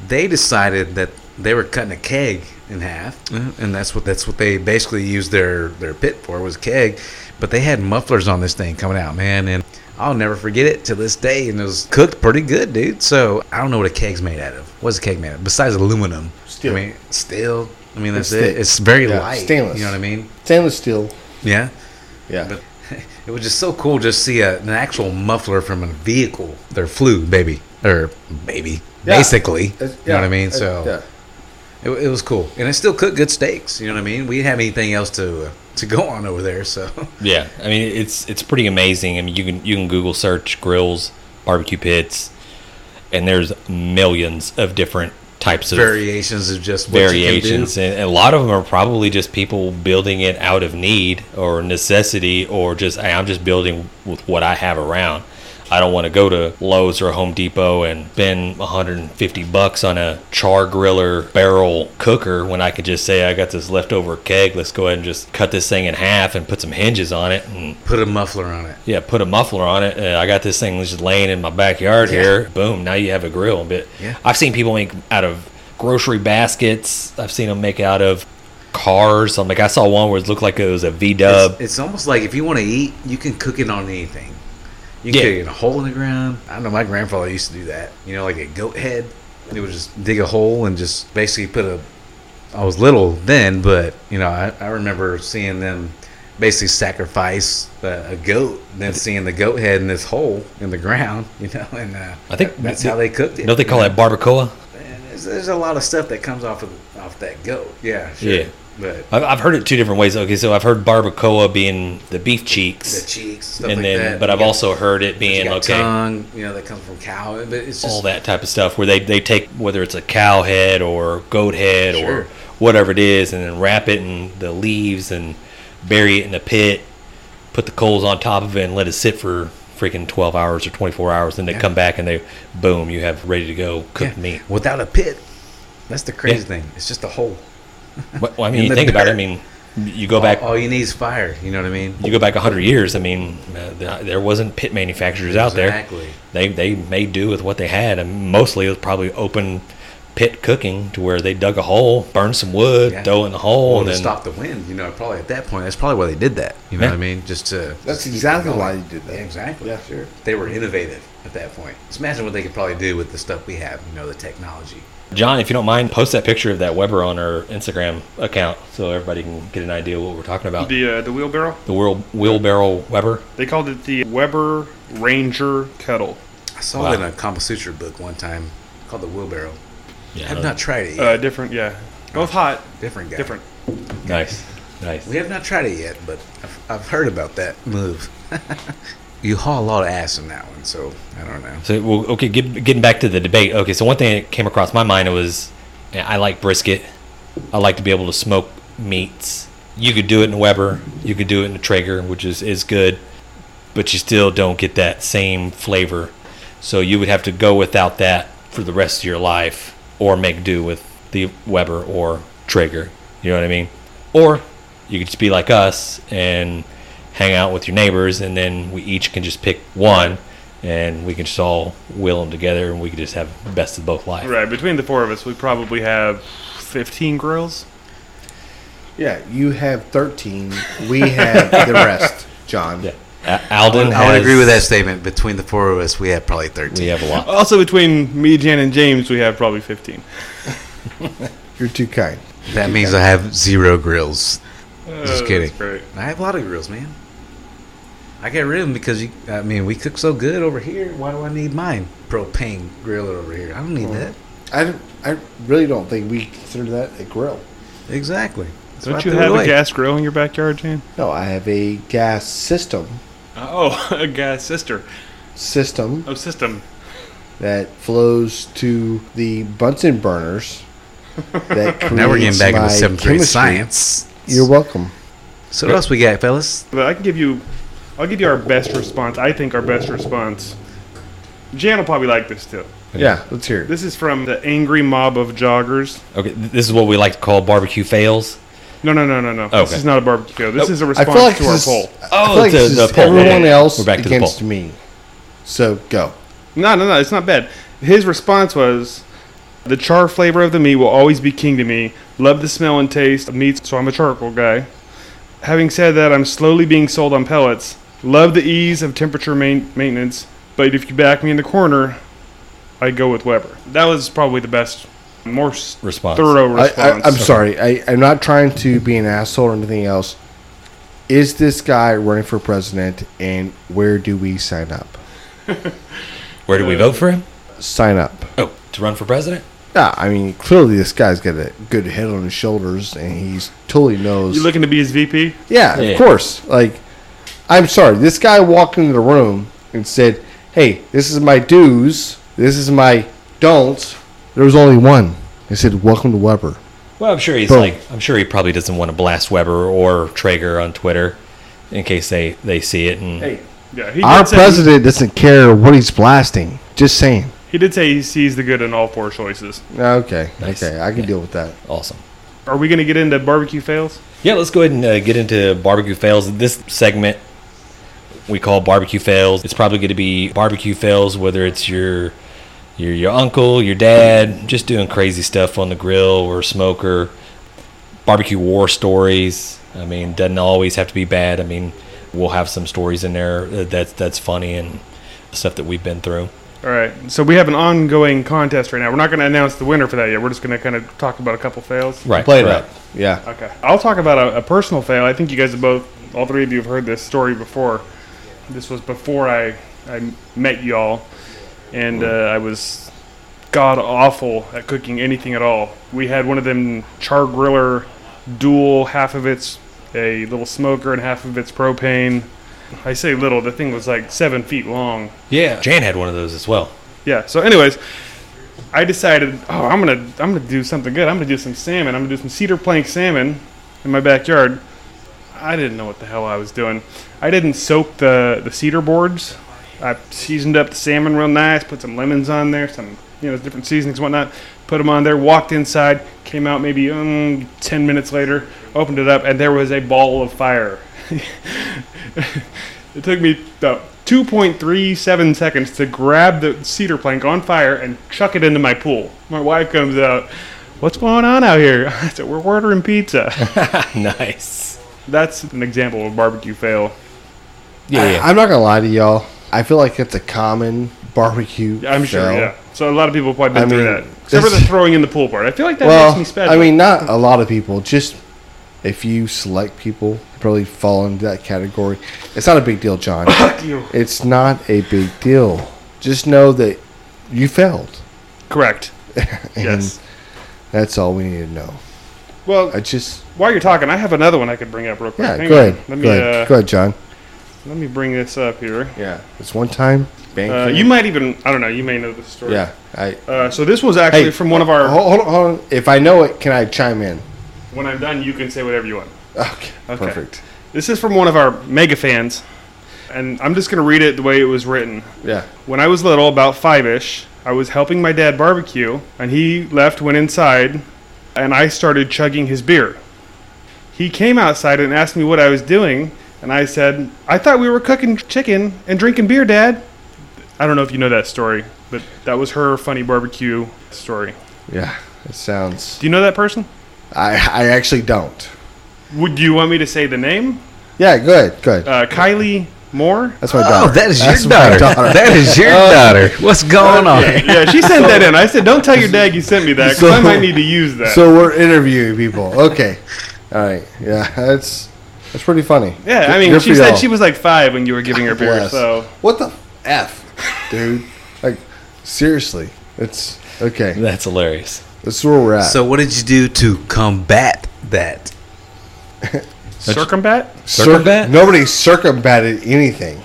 D: they decided that they were cutting a keg in half,
A: Uh-huh.
D: and that's what that's what they basically used their their pit for was a keg. But they had mufflers on this thing coming out, man, and I'll never forget it to this day. And it was cooked pretty good, dude. So I don't know what a keg's made out of. What's a keg made out of? Besides aluminum,
A: Steel.
D: I mean, steel. I mean, that's
A: It's
D: it.
A: thick.
D: It's very
A: Yeah,
D: light.
A: stainless.
D: You know what I mean?
A: Stainless steel.
D: Yeah.
A: Yeah.
D: But- It was just so cool to see a, an actual muffler from a vehicle. Their flu, baby. Or baby.
A: Yeah.
D: Basically.
A: It's-
D: You know what I
A: yeah,
D: mean?
A: it's-
D: So
A: yeah.
D: it, it was cool. And I still cooked good steaks. You know what I mean? We didn't have anything else to uh, to go on over there. So
B: Yeah, I mean it's it's pretty amazing. I mean you can you can Google search grills, barbecue pits, and there's millions of different types of
D: variations of just what
B: variations, and a lot of them are probably just people building it out of need or necessity, or just hey, I'm just building with what I have around. I don't want to go to Lowe's or Home Depot and spend 150 bucks on a char griller barrel cooker when I could just say I got this leftover keg. Let's go ahead and just cut this thing in half and put some hinges on it and
D: You do. Put a muffler on it.
B: yeah, put a muffler on it. Uh, I got this thing just laying in my backyard
D: Yeah.
B: here. Boom! Now you have a grill. But
D: Yeah.
B: I've seen people make out of grocery baskets. I've seen them make out of cars. I'm like, I saw one where it looked like it was a V
D: It's,
B: Dub.
D: it's almost like if you want to eat, you can cook it on anything. You can
B: Yeah.
D: cook it in a hole in the ground. I know my grandfather used to do that. You know, like a goat head. He would just dig a hole and just basically put a. I was little then, but you know, I, I remember seeing them basically sacrifice a, a goat, then seeing the goat head in this hole in the ground. You know, and uh,
B: I think
D: that's
B: they-
D: how they cooked it.
B: Don't they call that barbacoa?
D: Man, there's, there's a lot of stuff that comes off of off that goat. Yeah, sure.
B: Yeah. Uh,
D: But
B: I've, I've heard it two different ways. Okay, so I've heard barbacoa being the beef cheeks,
D: the cheeks, stuff
B: and
D: like
B: then
D: that.
B: but I've
D: Yeah.
B: also heard it
D: You
B: being
D: got
B: okay.
D: tongue, you know, that comes from cow. But it's just
B: all that type of stuff where they, they take whether it's a cow head or goat head
D: Sure.
B: or whatever it is and then wrap it in the leaves and bury it in a pit put the coals on top of it and let it sit for freaking 12 hours or 24 hours then they
D: Yeah.
B: come back and they boom you have ready to go cooked
D: yeah,
B: meat
D: without a pit. That's the crazy
B: Yeah.
D: thing. It's just a hole.
B: but, well, i
D: In
B: mean you
D: the
B: think about it i
D: dirt.
B: mean you go
D: All,
B: back
D: all you need is fire. You know what I mean?
B: you go back 100 years i mean uh, th- there wasn't pit manufacturers out there
D: Exactly.
B: they they made do with what they had, and mostly it was probably open pit cooking to where they dug a hole, burned some wood,
D: Yeah.
B: throw it in the hole,
D: Well,
B: and
D: to
B: then
D: stop the wind, you know, probably at that point, that's probably why they did that. You know
B: Yeah.
D: what I mean? Just to.
A: That's
D: just keep it
A: exactly
D: going.
A: why they did that.
D: Yeah, exactly.
A: Yeah.
D: sure. They were innovative at that point. Just imagine what they could probably do with the stuff we have. You know, the technology.
B: John, if you don't mind, post that picture of that Weber on our Instagram account so everybody can get an idea of what we're talking about. The,
E: The uh, the wheelbarrow.
B: world wheelbarrow Weber.
E: They called it the Weber Ranger Kettle.
D: I saw
B: Wow.
D: it in a Kama Sutra book one time called the wheelbarrow.
B: Yeah,
D: I have not tried it yet.
E: Uh, different, yeah. Both hot,
D: different guy.
E: different.
B: nice, nice.
D: We have not tried it yet, but I've, I've heard about that move. you haul a lot of ass in that one, so I don't know.
B: So, well, okay, get, getting back to the debate. Okay, so one thing that came across my mind was yeah, I like brisket. I like to be able to smoke meats. You could do it in a Weber. You could do it in a Traeger, which is, is good, but you still don't get that same flavor. So you would have to go without that for the rest of your life or make do with the Weber or Traeger. You know what I mean? Or you could just be like us and hang out with your neighbors, and then we each can just pick one and we can just all wheel them together and we can just have the best of both lives.
E: Right, between the four of us, we probably have 15 grills.
A: Yeah, you have 13. We have the rest, John.
B: Yeah. A- Alden
D: I would
B: has-
D: agree with that statement. Between the four of us, we have probably 13.
B: We have a lot.
E: Also, between me, Jan, and James, we have probably 15.
A: You're too kind.
D: That means I have zero grills.
E: Uh,
D: Just kidding.
E: that's great.
D: I have a lot of grills, man. I get rid of them because, you, I mean, we cook so good over here. Why do I need mine? Propane griller over here. I don't need that.
A: I, I really don't think we consider that a grill.
D: Exactly. That's why I
E: Don't you
D: threw it
E: have a
D: away.
E: gas grill in your backyard, Jan?
A: No, I have a gas system.
E: Uh, oh, a gas sister.
A: System.
E: Oh, system.
A: that flows to the Bunsen burners. That creates
D: Now we're getting back into
A: my
D: seventh grade
A: chemistry.
D: science.
A: You're welcome.
D: so what else we got, fellas?
E: But I can give you, I'll give you our best response. I think our best response. Jan will probably like this too.
A: Yeah, let's hear it.
E: This is from the angry mob of joggers.
B: Okay, th- this is what we like to call barbecue fails.
E: No, no, no, no, no. This
B: Okay.
E: is not a barbecue. This
B: Nope.
E: is a
A: I
E: response
A: feel like
E: to our
A: this,
E: poll.
A: I
B: Oh,
A: feel like
B: the-
A: this
B: the
A: is
B: poll.
A: everyone
B: Yeah.
A: else
B: We're back to the
A: against
B: poll.
A: me. So go.
E: No, no, no. It's not bad. His response was, "The char flavor of the meat will always be king to me. Love the smell and taste of meats, so I'm a charcoal guy. Having said that, I'm slowly being sold on pellets. Love the ease of temperature main- maintenance, but if you back me in the corner, I go with Weber. That was probably the best, more s-
B: Response.
E: thorough
A: I,
E: response.
A: I, I'm sorry. I, I'm not trying to be an asshole or anything else. Is this guy running for president, and where do we sign up?
B: Where do we vote for him?
A: Sign up.
B: Oh, to run for president?
A: Yeah, I mean, clearly this guy's got a good head on his shoulders, and he's totally knows.
E: You looking to be his VP?
A: yeah,
B: Yeah.
A: of course. Like, I'm sorry. This guy walked into the room and said, "Hey, this is my do's. This is my don'ts." There was only one. He said, "Welcome to Weber."
B: Well, I'm sure he's
A: Boom.
B: like, I'm sure he probably doesn't want to blast Weber or Traeger on Twitter in case they, they see it. And
E: Yeah, he
A: Our
E: did say he-
A: president doesn't care what he's blasting. Just saying.
E: he did say he sees the good in all four choices.
A: Okay,
B: Nice.
A: okay, I can
B: Yeah.
A: deal with that.
B: awesome.
E: Are we going to get into barbecue fails?
B: Yeah, let's go ahead and uh, get into barbecue fails. This segment we call barbecue fails. It's probably going to be barbecue fails, whether it's your your your uncle, your dad, just doing crazy stuff on the grill or smoker. Barbecue war stories. I mean, doesn't always have to be bad. I mean, we'll have some stories in there that- that's that's funny and stuff that we've been through.
E: All right. So we have an ongoing contest right now. We're not going to announce the winner for that yet. We're just going to kind of talk about a couple fails.
B: Right.
A: Play it
B: right.
A: up. Yeah.
E: Okay. I'll talk about a, a personal fail. I think you guys have both, all three of you have heard this story before. This was before I, I met y'all, and uh, I was god awful at cooking anything at all. We had one of them char griller dual, half of it's a little smoker and half of it's propane. I say little, the thing was like seven feet long.
B: Yeah. Jan had one of those as well.
E: Yeah. So, anyways, I decided, oh, I'm gonna, I'm gonna do something good. I'm gonna do some salmon. I'm gonna do some cedar plank salmon in my backyard. I didn't know what the hell I was doing. I didn't soak the the cedar boards. I seasoned up the salmon real nice. Put some lemons on there, some you know different seasonings, whatnot. Put them on there. Walked inside. Came out maybe um, ten minutes later. Opened it up, and there was a ball of fire. It took me about 2.37 seconds to grab the cedar plank on fire and chuck it into my pool. My wife comes out, What's going on out here? I said, We're ordering pizza.
B: nice.
E: That's an example of barbecue fail.
B: Yeah. yeah.
A: I, am not gonna lie to y'all. I feel like it's a common barbecue.
E: Yeah, I'm sure,
A: fail.
E: yeah. So a lot of people have probably been
A: I
E: through
A: mean,
E: that. Except for the
A: this-
E: throwing in the pool part. I feel like that
A: Well,
E: makes me special.
A: I mean, not a lot of people. Just a few select people probably fall into that category. It's not a big deal, John. it's not a big deal. Just know that you failed.
E: Correct.
A: And
E: Yes.
A: That's all we need to know.
E: Well,
A: I just
E: while you're talking, I have another one I could bring up real quick.
A: yeah.
E: Hang
A: Go
E: on.
A: ahead.
E: Let me,
A: go, ahead.
E: uh,
A: go ahead, John.
E: Let me bring this up here.
A: Yeah. It's one time. Bang,
E: Uh,
A: bang.
E: you might even, I don't know, you may know this story.
A: Yeah. I.
E: Uh, so this was actually from one of our.
A: Hold, hold on, hold on. If I know it, can I chime in?
E: When I'm done, you can say whatever you want.
A: Okay.
E: Okay.
A: Perfect.
E: This is from one of our mega fans, and I'm just going to read it the way it was written.
A: Yeah.
E: When I was little, about five ish, I was helping my dad barbecue, and he left, went inside, and I started chugging his beer. He came outside and asked me what I was doing, and I said, I thought we were cooking chicken and drinking beer, Dad. I don't know if you know that story, but that was her funny barbecue story.
A: Yeah. It sounds.
E: Do you know that person?
A: I I actually don't.
E: Would you want me to say the name?
A: Yeah. Go ahead. Go ahead.
E: Uh, Kylie Moore?
A: That's my
D: Oh,
A: daughter.
D: that is
A: That's
D: your
A: my
D: daughter. Oh. That is your daughter. What's going on?
E: yeah, she sent that in. I said, "Don't tell your dad you sent me that, 'cause I
A: So-
E: might need to use that."
A: So we're interviewing people. Okay. All right. Yeah. That's that's pretty funny.
E: yeah, I
A: Good-
E: mean,
A: good
E: she
A: for
E: said
A: y'all.
E: she was like five when you were giving her beer.
A: Bless.
E: So
A: What the f, dude? Like seriously, it's okay.
B: That's hilarious.
A: That's where we're at.
D: So what did you do to combat that?
E: circumbat.
B: circumvent?
A: nobody circumvented anything.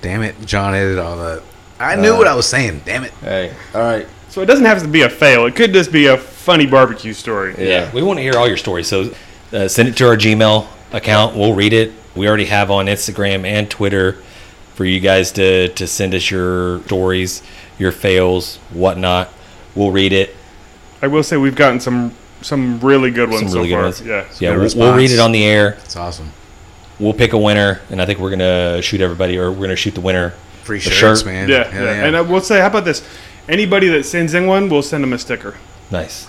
D: Damn it, John edited all that. I
E: Uh,
D: knew what I was saying. Damn it.
A: Hey, all right.
E: So it doesn't have to be a fail. It could just be a funny barbecue story.
A: Yeah.
B: Yeah, we want to hear all your stories. So uh, send it to our Gmail account. We'll read it. We already have on Instagram and Twitter for you guys to, to send us your stories, your fails, whatnot. We'll read it.
E: I will say we've gotten some some really good ones
B: Some
E: so
B: really good
E: far.
B: ones.
E: Yeah.
B: yeah,
D: good
B: we'll, we'll read
D: response.
B: it on the air.
D: It's awesome.
B: We'll pick a winner, and I think we're gonna shoot everybody, or we're gonna shoot the winner.
D: Free
B: The
D: shirts,
B: shirt.
D: man.
E: Yeah,
D: Hell
E: yeah. And I will say, how about this? Anybody that sends in one, we'll send them a sticker.
B: Nice.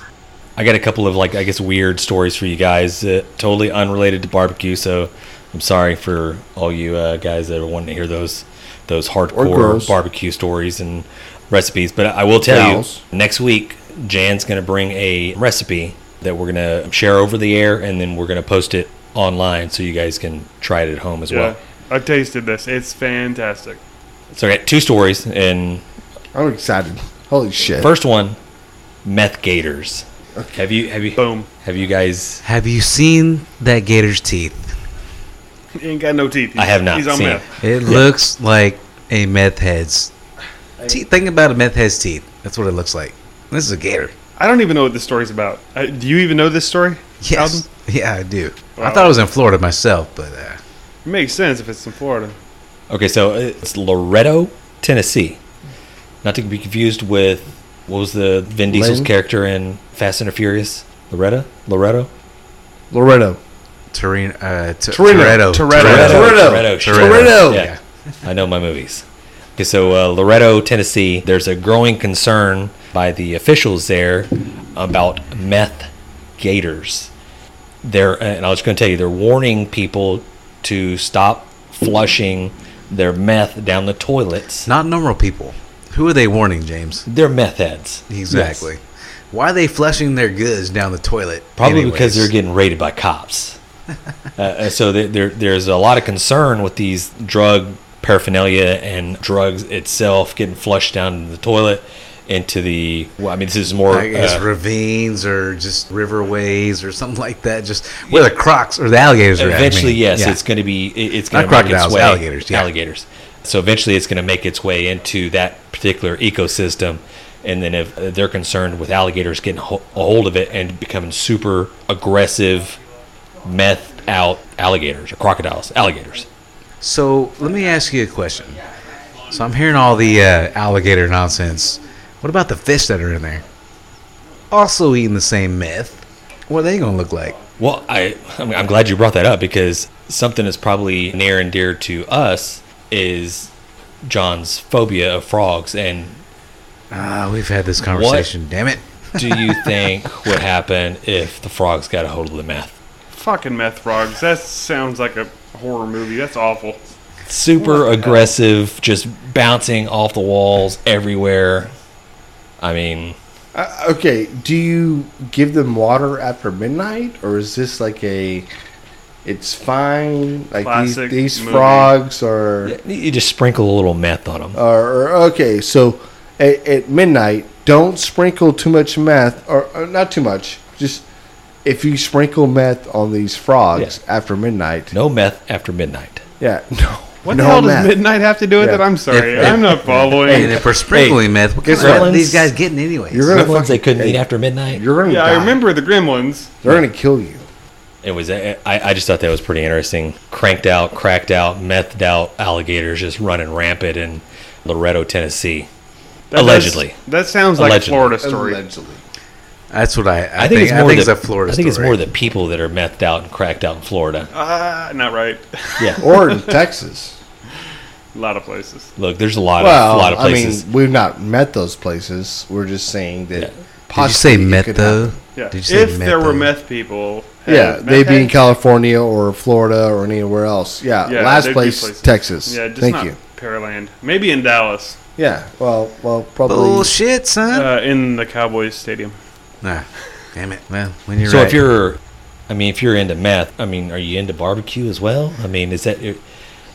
B: I got a couple of like I guess weird stories for you guys, uh, totally unrelated to barbecue. So I'm sorry for all you uh, guys that are wanting to hear those those hardcore
A: girls.
B: barbecue stories and recipes. But I will tell
A: Gals.
B: you, next week Jan's going to bring a recipe that we're going to share over the air, and then we're going to post it online so you guys can try it at home as
E: Yeah.
B: well.
E: I've tasted this. It's fantastic.
B: So I got two stories, and
A: I'm excited. Holy shit.
B: first one, meth gators. Have you have you
E: Boom.
B: have you guys
C: Have you seen that gator's teeth?
E: He ain't got no teeth.
B: I have not
E: He's on
B: seen
E: meth.
D: It looks like a meth head's teeth. Think about a meth head's teeth. That's what it looks like. This is a gator.
E: I don't even know what this story's about. Uh, do you even know this story?
D: Yes.
E: Alden?
D: Yeah, I do. I
E: Wow.
D: thought it was in Florida myself, but uh,
E: It makes sense if it's in Florida.
B: Okay, so it's Loretto, Tennessee. Not to be confused with what was the Vin Diesel's
A: Lynn?
B: character in Fast and the Furious? Loretta? Loretto?
A: Loretto.
D: Torino, uh, T-
A: Torino.
D: Toretto.
E: Toretto.
A: Toretto.
B: Toretto. shit.
A: Toretto.
B: Yeah. I know my movies. Okay, so uh, Loretto, Tennessee, there's a growing concern by the officials there about meth gators. They're, and I was going to tell you, they're warning people to stop flushing their meth down the toilets.
D: Not normal people. Who are they warning, James?
B: They're meth heads.
D: Exactly. Why are they flushing their goods down the toilet?
B: Probably
D: anyways?
B: because they're getting raided by cops. uh, uh, so there, there, there's a lot of concern with these drug paraphernalia and drugs itself getting flushed down the toilet into the. Well, I mean, this is more.
D: I guess
B: uh,
D: ravines or just riverways or something like that. Just where the crocs or the alligators are. at, I mean.
B: eventually, yes,
D: Yeah.
B: it's going to be. it- It's going to
D: Not
B: make its
D: crocodiles,
B: way
D: alligators, yeah.
B: alligators. So eventually, it's going to make its way into that particular ecosystem, and then if uh, they're concerned with alligators getting ho- a hold of it and becoming super aggressive, meth out alligators or crocodiles, alligators.
D: So let me ask you a question. So I'm hearing all the uh, alligator nonsense. What about the fish that are in there? Also eating the same myth. What are they gonna look like?
B: Well, I I'm, I'm glad you brought that up because something that's probably near and dear to us is John's phobia of frogs. And
D: Ah, we've had this conversation. Damn it!
B: do you think would happen if the frogs got a hold of the meth?
E: Fucking meth frogs. That sounds like a horror movie. That's awful.
B: Super aggressive, just bouncing off the walls everywhere. I mean,
A: Uh, okay, do you give them water after midnight, or is this like a? It's fine. Like
E: Classic
A: these, these
E: movie.
A: frogs are,
B: you just sprinkle a little meth on them.
A: are, are- okay. So at, at midnight, don't sprinkle too much meth, or, or not too much. Just if you sprinkle meth on these frogs after midnight,
B: No meth after midnight.
A: yeah, no,
E: What
A: no
E: the hell
A: meth.
E: does midnight have to do with
A: Yeah.
E: it? I'm sorry.
D: If-
E: I'm not
D: And
E: following.
D: if we're sprinkling myth, what kind of
B: Gremlins?
D: myth are these guys getting anyways?
A: You're
B: The
A: gonna
B: ones they
A: fucking-
B: couldn't
A: hey,
B: eat after midnight.
A: You're gonna.
E: Yeah, I
A: die.
E: remember the gremlins.
A: They're gonna kill you.
B: Anyways, I, eh, I I just thought that was pretty interesting. Cranked out, cracked out, methed out alligators just running rampant in Loretto, Tennessee.
E: That does-
B: Allegedly.
E: that sounds like
B: Allegedly.
E: Florida story.
A: Allegedly.
D: That's what I. I,
B: I
D: think,
B: think it's more
D: I think
B: the,
D: it's a Florida.
B: I think it's
D: story.
B: more the people that are methed out and cracked out in Florida.
E: Ah, not right.
B: Yeah,
A: Or in Texas.
E: a lot of places.
B: look, there's a lot
A: Well,
B: of a lot of
A: I
B: places.
A: mean, we've not met those places. We're just saying that.
D: Did you say
A: possibly it
D: meth
A: could
D: though?
A: happen.
E: Yeah.
D: Did you say
E: if there were
D: though?
E: meth people, hey,
A: Yeah,
E: meth
A: they'd be in
E: heads?
A: California or Florida or anywhere else. Yeah,
E: Yeah,
A: last
E: there'd be
A: place,
E: places.
A: Texas.
E: Yeah, just
A: Thank
E: not
A: you.
E: Pearland. Maybe in Dallas,
A: Yeah, well, well, probably.
D: Bullshit, son.
E: uh, in the Cowboys stadium.
D: nah, damn it. Well, when you're
B: so
D: right.
B: if you're, I mean, if you're into meth, I mean, are you into barbecue as well? I mean, is that it,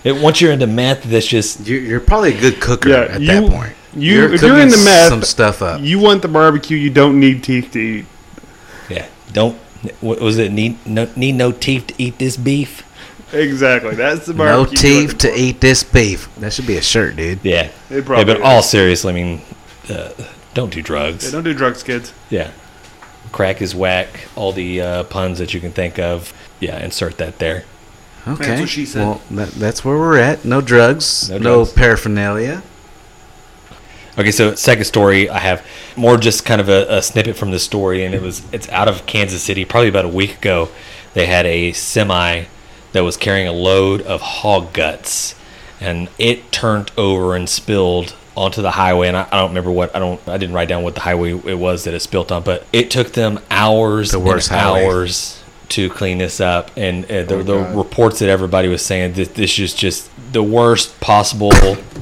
B: it, once you're into meth, that's just
D: you're, you're probably a good cooker
E: Yeah,
D: at
E: you-
D: that point.
E: you- if
D: cooking
E: you're into meth,
D: some stuff up.
E: You want the barbecue? You don't need teeth to eat.
B: yeah. Don't what was it need no, need no teeth to eat this beef?
E: Exactly. That's the
C: No
E: barbecue. you're
C: teeth
E: looking
C: to
E: for.
C: eat this beef.
D: That should be a shirt, dude.
B: Yeah.
E: It
B: yeah
E: probably
B: but all seriously, I mean, uh, don't do
E: Yeah,
B: drugs.
E: don't do drugs, kids.
B: Yeah. Crack is whack. All the uh, puns that you can think of. Yeah, insert that there.
D: Okay.
E: what she said.
D: Well, that, that's where we're at. No drugs.
B: No
D: No,
B: drugs.
D: paraphernalia.
B: Okay, so second story I have more just kind of a, a snippet from the story, and it was it's out of Kansas City. Probably about a week ago, they had a semi that was carrying a load of hog guts, and it turned over and spilled onto the highway. And I, I don't remember what I don't I didn't write down what the highway it was that it spilled on, but it took them hours
D: The
B: and
D: worst highway.
B: hours to clean this up. And uh, the,
A: Oh,
B: the
A: God.
B: reports that everybody was saying that this is just the worst possible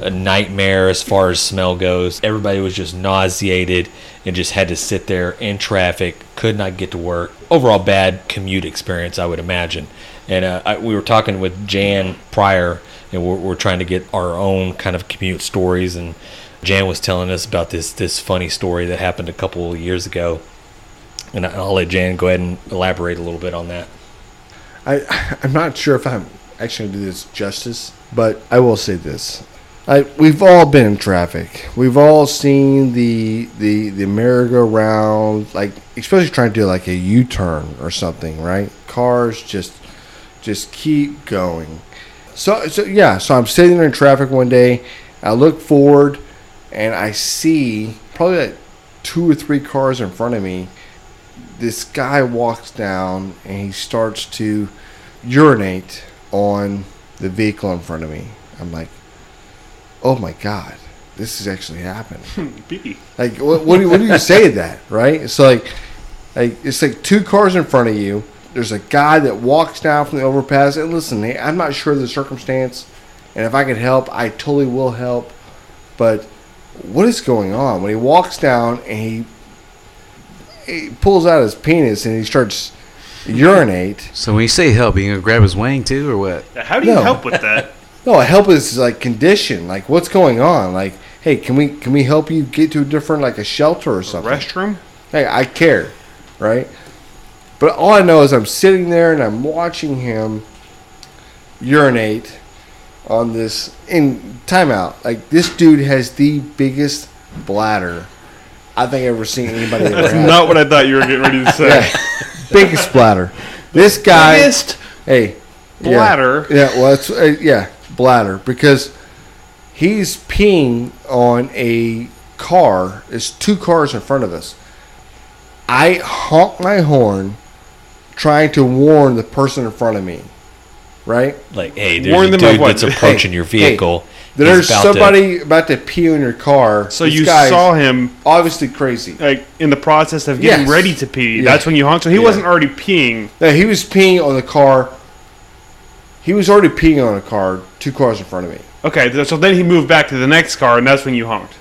B: uh, nightmare as far as smell goes. Everybody was just nauseated and just had to sit there in traffic, could not get to work. Overall, bad commute experience, I would imagine. And uh, I, we were talking with Jan prior, and we're, we're trying to get our own kind of commute stories. And Jan was telling us about this this funny story that happened a couple of years ago. And I- I'll let Jan go ahead and elaborate a little bit on that.
A: I I'm not sure if I'm actually gonna do this justice, but I will say this. I we've all been in traffic. We've all seen the the the merry-go-round, like especially trying to do like a U-turn or something, right? Cars just just keep going. So so yeah, so I'm sitting there in traffic one day. I look forward and I see probably like two or three cars in front of me this guy walks down and he starts to urinate on the vehicle in front of me. I'm like, oh my god, this is actually happening.
E: Hmm, Pee.
A: Like, what, what, do, what do you say to that, right? It's like, like it's like two cars in front of you. There's a guy that walks down from the overpass. And listen, hey, I'm not sure of the circumstance, and if I could help, I totally will help. But what is going on when he walks down and he, he pulls out his penis and he starts urinate?
D: So when you say help, you gonna grab his wang too, or what?
E: How do you
A: No.
E: help with that?
A: No, help is like condition. Like, what's going on? Like, hey, can we can we help you get to a different like a shelter or something?
E: Restroom?
A: Hey, I care, right? But all I know is I'm sitting there and I'm watching him urinate on this in timeout. Like this dude has the biggest bladder I think I've ever seen anybody ever
E: That's
A: have.
E: not what I thought you were getting ready to say.
A: Yeah. biggest bladder. This guy
E: Biggest
A: hey yeah.
E: bladder.
A: Yeah, well, it's, uh, yeah, bladder because he's peeing on a car. It's two cars in front of us. I honk my horn, trying to warn the person in front of me. Right
B: Like, hey, there's
E: Warn
B: a
E: them of
B: dude
E: what?
B: that's approaching your
A: Hey, hey,
B: vehicle.
A: there's
B: He's about To,
A: somebody about to pee on your car.
E: So
A: This
E: you
A: guy's
E: saw him
A: obviously crazy.
E: like in the process of getting
A: Yes.
E: ready to pee.
A: Yeah.
E: That's when you honk. So he
A: Yeah.
E: wasn't already peeing.
A: No, he was peeing on the car. He was already peeing on a car, two cars in front of me.
E: Okay, th- so then he moved back to the next car, and that's when you honked.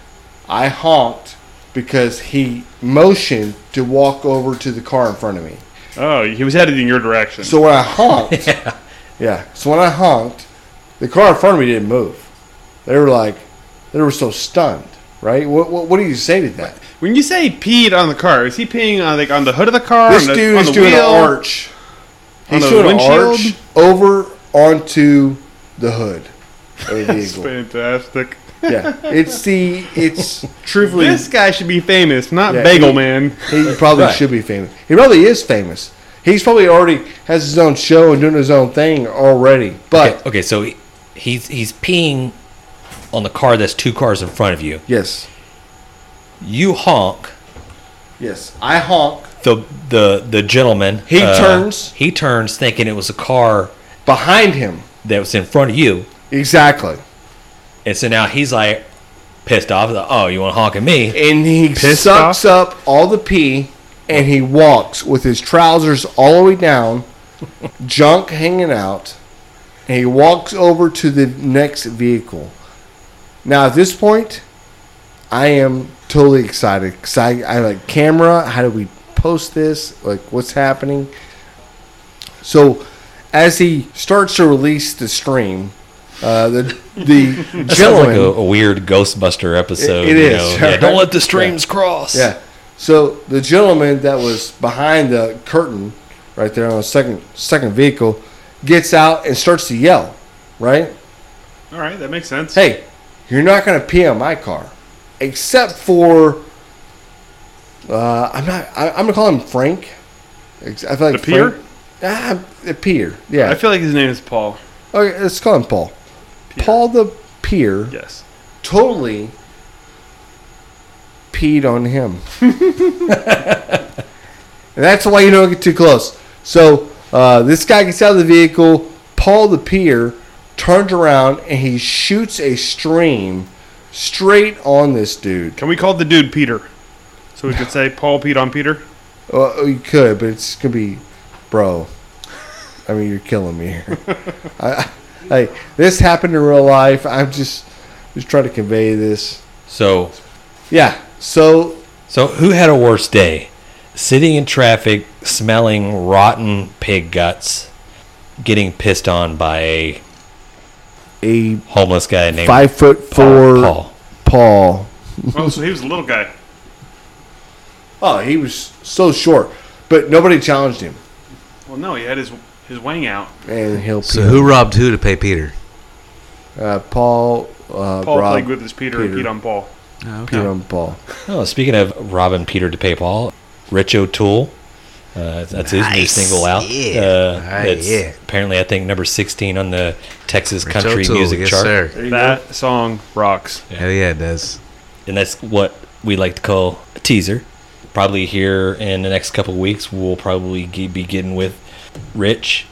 A: I honked because he motioned to walk over to the car in front of me.
E: Oh, he was headed in your direction.
A: So when I honked, yeah. so when I honked, the car in front of me didn't move. They were like, they were so stunned, right? What, what, what do you say to that?
E: when you say peed on the car, is he peeing on like on the hood of the car?
A: This
E: on the,
A: dude
E: on
A: is
E: the
A: doing
E: wheel?
A: an arch.
E: On the
A: He's doing an arch
E: windshield?
A: over onto the hood of the
E: That's
A: vehicle.
E: fantastic.
A: yeah, it's the it's truthfully
E: This guy should be famous, not
A: Yeah,
E: Bagel
A: he-
E: Man.
A: He probably
B: Right.
A: should be famous. He probably is famous. He's probably already has his own show and doing his own thing already. But
B: okay, okay, so he, he's he's peeing on the car that's two cars in front of you.
A: yes,
B: You honk.
A: yes, I honk
B: The the the gentleman. uh,
A: He turns.
B: He turns, thinking it was a car
A: behind him.
B: that was in front of you,
A: Exactly,
B: and so now he's like pissed off. Like, oh, you want to honk at me?
A: and he
E: Pissed
A: sucks up all the pee, and he walks with his trousers all the way down, junk hanging out, and he walks over to the next vehicle. Now at this point, I am totally excited because I, I like camera. How do we post this? Like, what's happening? So, as he starts to release the stream, uh, the the
B: That sounds like
A: gentleman
B: a, a weird Ghostbuster episode.
A: it
B: you
A: is,
B: know?
A: right?
B: Yeah, don't let the streams cross.
A: Yeah. So the gentleman that was behind the curtain, right there on the second second vehicle, gets out and starts to yell, right?
E: All right, that makes sense.
A: Hey, you're not going to pee on my car, except for uh, I'm not. I, I'm going to call him Frank. Ex- I feel like
E: The peer?
A: Frank- Ah, the peer. Yeah.
E: I feel like his name is Paul.
A: okay, let's call him Paul.
E: Peer.
A: Paul the peer
E: Yes.
A: totally peed on him. and that's why you don't get too close. So uh, this guy gets out of the vehicle. Paul the peer turns around and he shoots a stream straight on this dude.
E: Can we call the dude Peter? So we could say Paul Pete on Peter.
A: Well, you could, but it's gonna be, bro. I mean, you're killing me here. I, I, like, this happened in real life. I'm just just trying to convey this.
B: So,
A: Yeah. So
B: so who had a worse day? Sitting in traffic, smelling rotten pig guts, getting pissed on by a
A: a
B: homeless guy named
A: five foot four
B: Paul. Paul.
A: Paul.
E: Oh, so he was a little guy.
A: Oh, he was so short, but nobody challenged him,
E: Well, no, he had his his wang out.
A: and he'll.
C: So
A: pee.
C: who robbed who to pay Peter?
A: Uh, Paul. Uh,
E: Paul
A: Rob,
E: played with his Peter, and
A: Peter.
E: Pete on Paul.
A: Pete on Paul.
B: Oh, speaking of robbing Peter to pay Paul, Rich O'Toole. Uh, that's his new
C: Nice,
B: single out.
C: yeah.
B: Uh,
D: Ah,
B: it's
D: yeah.
B: apparently I think number sixteen on the Texas
D: Rich
B: country
D: O'Toole,
B: music
D: yes,
B: chart,
D: Sir.
E: That song rocks.
D: Hell yeah, it does.
B: and that's what we like to call a teaser. Probably here in the next couple of weeks, we'll probably ge- be getting with Rich,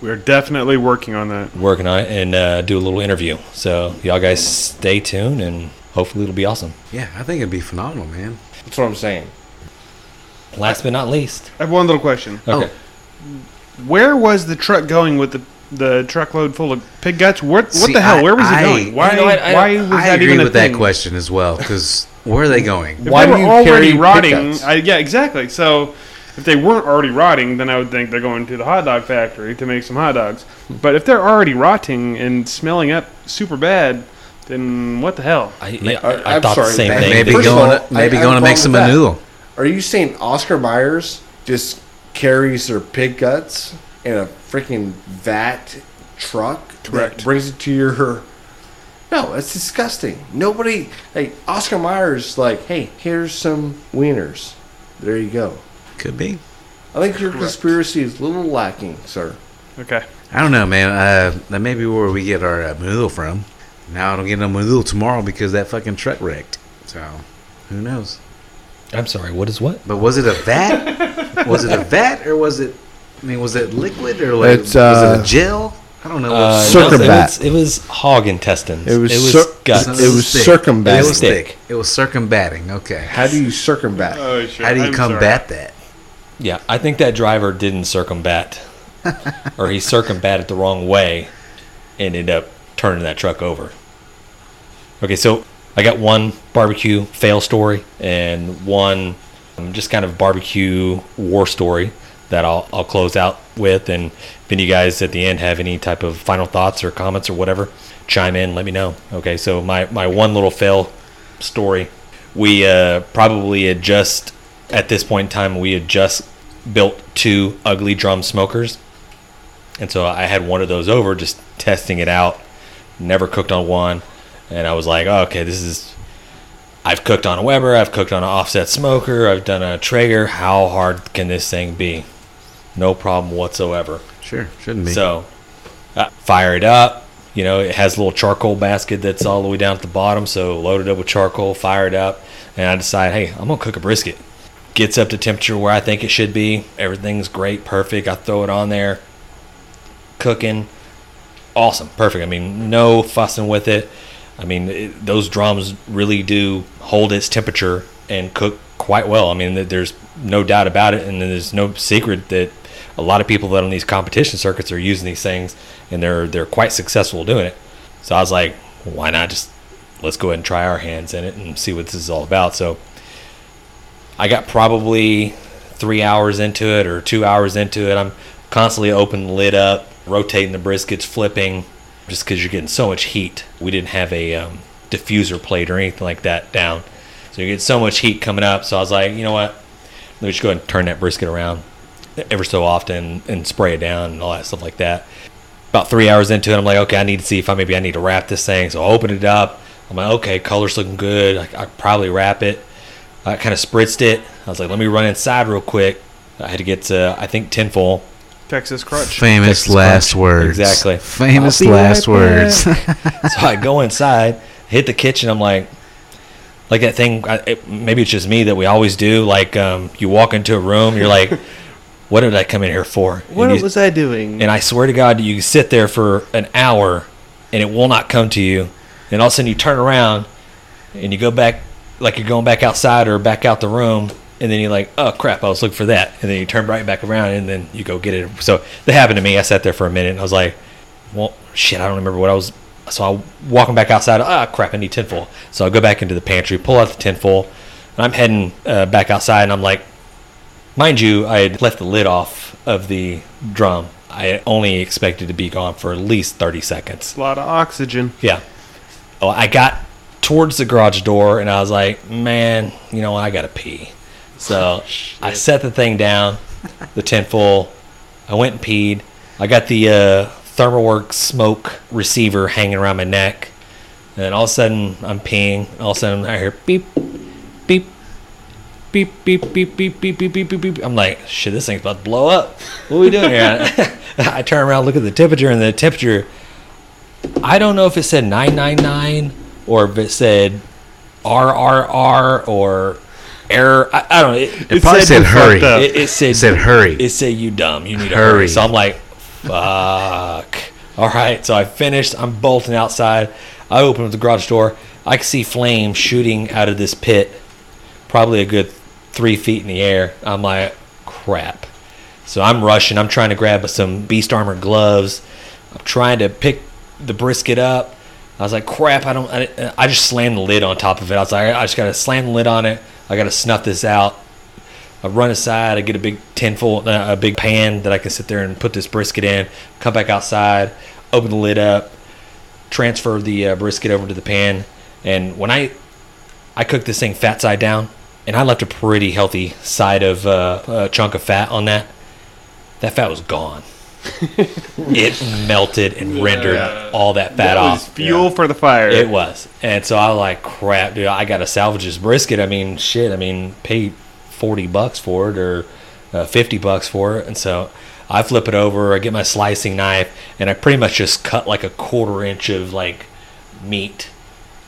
E: We're definitely working on that.
B: working on it, and uh, do a little interview. So y'all guys stay tuned, and hopefully it'll be awesome.
D: Yeah, I think it'd be phenomenal, man.
A: That's what I'm saying.
B: Last but not least,
E: I have one little question.
D: Uh.
A: Oh,
B: okay,
E: Where was the truck going with the the truckload full of pig guts? What what
D: See,
E: the hell?
D: I-
E: Where was
D: I-
E: it going? Why
B: you know what, I
E: why
B: don't-
E: was
D: I
E: that
D: agree
E: even a
D: with
E: thing?
D: that question as well, because where are they going?
E: If
A: Why
E: they
A: do
E: were
A: you carry
E: already
A: pig
E: rotting,
A: guts?
E: I, yeah, exactly. So if they weren't already rotting, then I would think they're going to the hot dog factory to make some hot dogs. But if they're already rotting and smelling up super bad, then what the hell?
B: I,
A: I-
B: I, I
A: I'm
B: thought
A: sorry,
B: the same
A: that
B: thing.
A: may
D: Maybe
A: First of
D: going,
A: all, I-
D: maybe
A: I have
D: going to
A: a
D: make
A: problem
D: some
A: with that.
D: manure.
A: Are you saying Oscar Myers just carries their pig guts in a freaking vat truck? that
E: Correct.
A: brings it to your. No, that's disgusting. Nobody like Oscar Myers. Like, hey, here's some wieners. There you go.
D: Could be.
A: I think your
E: Correct.
A: conspiracy is a little lacking, sir.
E: Okay.
D: I don't know, man. Uh, that may be where we get our uh, manure from. Now I don't get no manure tomorrow because that fucking truck wrecked. So who knows?
B: I'm sorry. What is what?
D: But was it a vat? was it a vat or was it? I mean, was it liquid or like
A: It's,
D: was
A: uh,
D: it a gel? I don't
B: Uh,
D: know. It was-
B: no,
A: Circumvat.
B: It was, it was hog intestines.
A: It was cir-
B: guts.
A: it
D: it
A: was
D: thick.
A: circumventing.
D: It was
B: Thick.
D: thick. It was circumventing. Okay.
A: How do you circumvent?
B: Uh,
E: Oh, sure.
D: How do you combat that?
B: yeah, I think that driver didn't circumbat, or he circumvented the wrong way, and ended up turning that truck over. Okay, so I got one barbecue fail story and one um, just kind of barbecue war story that I'll, I'll close out with. And if any of you guys at the end have any type of final thoughts or comments or whatever, chime in, let me know. Okay, so my, my one little fail story, we uh, probably had just, at this point in time, we had just built two ugly drum smokers. And so I had one of those over, just testing it out. Never cooked on one, and I was like, oh, okay, this is. I've cooked on a Weber, I've cooked on an offset smoker, I've done a Traeger. How hard can this thing be? No problem whatsoever.
D: Sure, shouldn't be.
B: So, uh, fire it up. You know, it has a little charcoal basket that's all the way down at the bottom. So, load it up with charcoal, fire it up, and I decide, hey, I'm gonna cook a brisket. Gets up to temperature where I think it should be. Everything's great, perfect. I throw it on there, cooking, awesome, perfect. I mean, no fussing with it. I mean, it, those drums really do hold its temperature and cook quite well. I mean, th- there's no doubt about it, and there's no secret that a lot of people that on these competition circuits are using these things, and they're they're quite successful doing it. So I was like, why not just let's go ahead and try our hands in it and see what this is all about. So I got probably three hours into it or two hours into it. I'm constantly opening the lid up, rotating the briskets, flipping, just because you're getting so much heat. We didn't have a um, diffuser plate or anything like that down. So you get so much heat coming up. So I was like, you know what? Let me just go ahead and turn that brisket around. ever so often and spray it down and all that stuff like that. About three hours into it, I'm like, okay, I need to see if I maybe I need to wrap this thing. So I open it up. I'm like, okay, color's looking good. I, I probably wrap it. I kind of spritzed it. I was like, let me run inside real quick. I had to get to I think tinfoil.
E: Texas crutch.
D: Famous
B: Texas
D: last
B: crunch.
D: words.
B: Exactly.
D: Famous
B: I'll be
D: last
B: right
D: words.
B: so I go inside, hit the kitchen. I'm like, like that thing. I, it, maybe it's just me that we always do. Like, um, you walk into a room, you're like, "What did I come in here for?"
E: What
B: and, you-
E: was I doing?
B: and I swear to God, you sit there for an hour, and it will not come to you. And all of a sudden, you turn around, and you go back, like you're going back outside or back out the room. And then you're like, "Oh crap! I was looking for that." And then you turn right back around, and then you go get it. So that happened to me. I sat there for a minute, and I was like, well, shit, I don't remember what I was. So I'm walking back outside. Ah, crap, I need tinfoil. So I go back into the pantry, pull out the tinfoil, and I'm heading uh, back outside. And I'm like, mind you, I had left the lid off of the drum. I only expected to be gone for at least 30 seconds.
E: a lot of oxygen.
B: Yeah. Oh, I got towards the garage door and I was like, man, you know, I gotta pee. So I set the thing down, the tinfoil. I went and peed. I got the uh, ThermaWorks smoke receiver hanging around my neck, and then all of a sudden I'm peeing. All of a sudden I hear beep, beep, beep, beep, beep, beep, beep, beep, beep, beep, beep. I'm like, shit, this thing's about to blow up. What are we doing here? I turn around, look at the temperature, and the temperature I don't know if it said 999 or if it said RRR or error. I, I don't know. It,
D: It probably said
E: you
D: hurry.
E: fucked up.
B: it, it said,
D: It said hurry.
B: It said you dumb. You need to
D: Hurry.
B: hurry. So I'm like, fuck. All right. So I finished. I'm bolting outside. I open up the garage door. I can see flame shooting out of this pit, probably a good three feet in the air. I'm like, crap. So I'm rushing. I'm trying to grab some beast armor gloves. I'm trying to pick the brisket up. I was like, crap. I don't. I, I just slammed the lid on top of it. I was like, I just gotta slam the lid on it. I gotta snuff this out. I run aside. I get a big tinfoil, uh, a big pan that I can sit there and put this brisket in. Come back outside, open the lid up, transfer the uh, brisket over to the pan, and when I I cooked this thing fat side down, and I left a pretty healthy side of uh, a chunk of fat on that. That fat was gone. it melted and rendered all that fat
E: That
B: off.
E: was fuel for the fire.
B: It was. And so I like, crap, dude, I got to salvage this brisket. I mean, shit, I mean, pay 40 bucks for it or uh, 50 bucks for it. And so I flip it over, I get my slicing knife, and I pretty much just cut like a quarter inch of like meat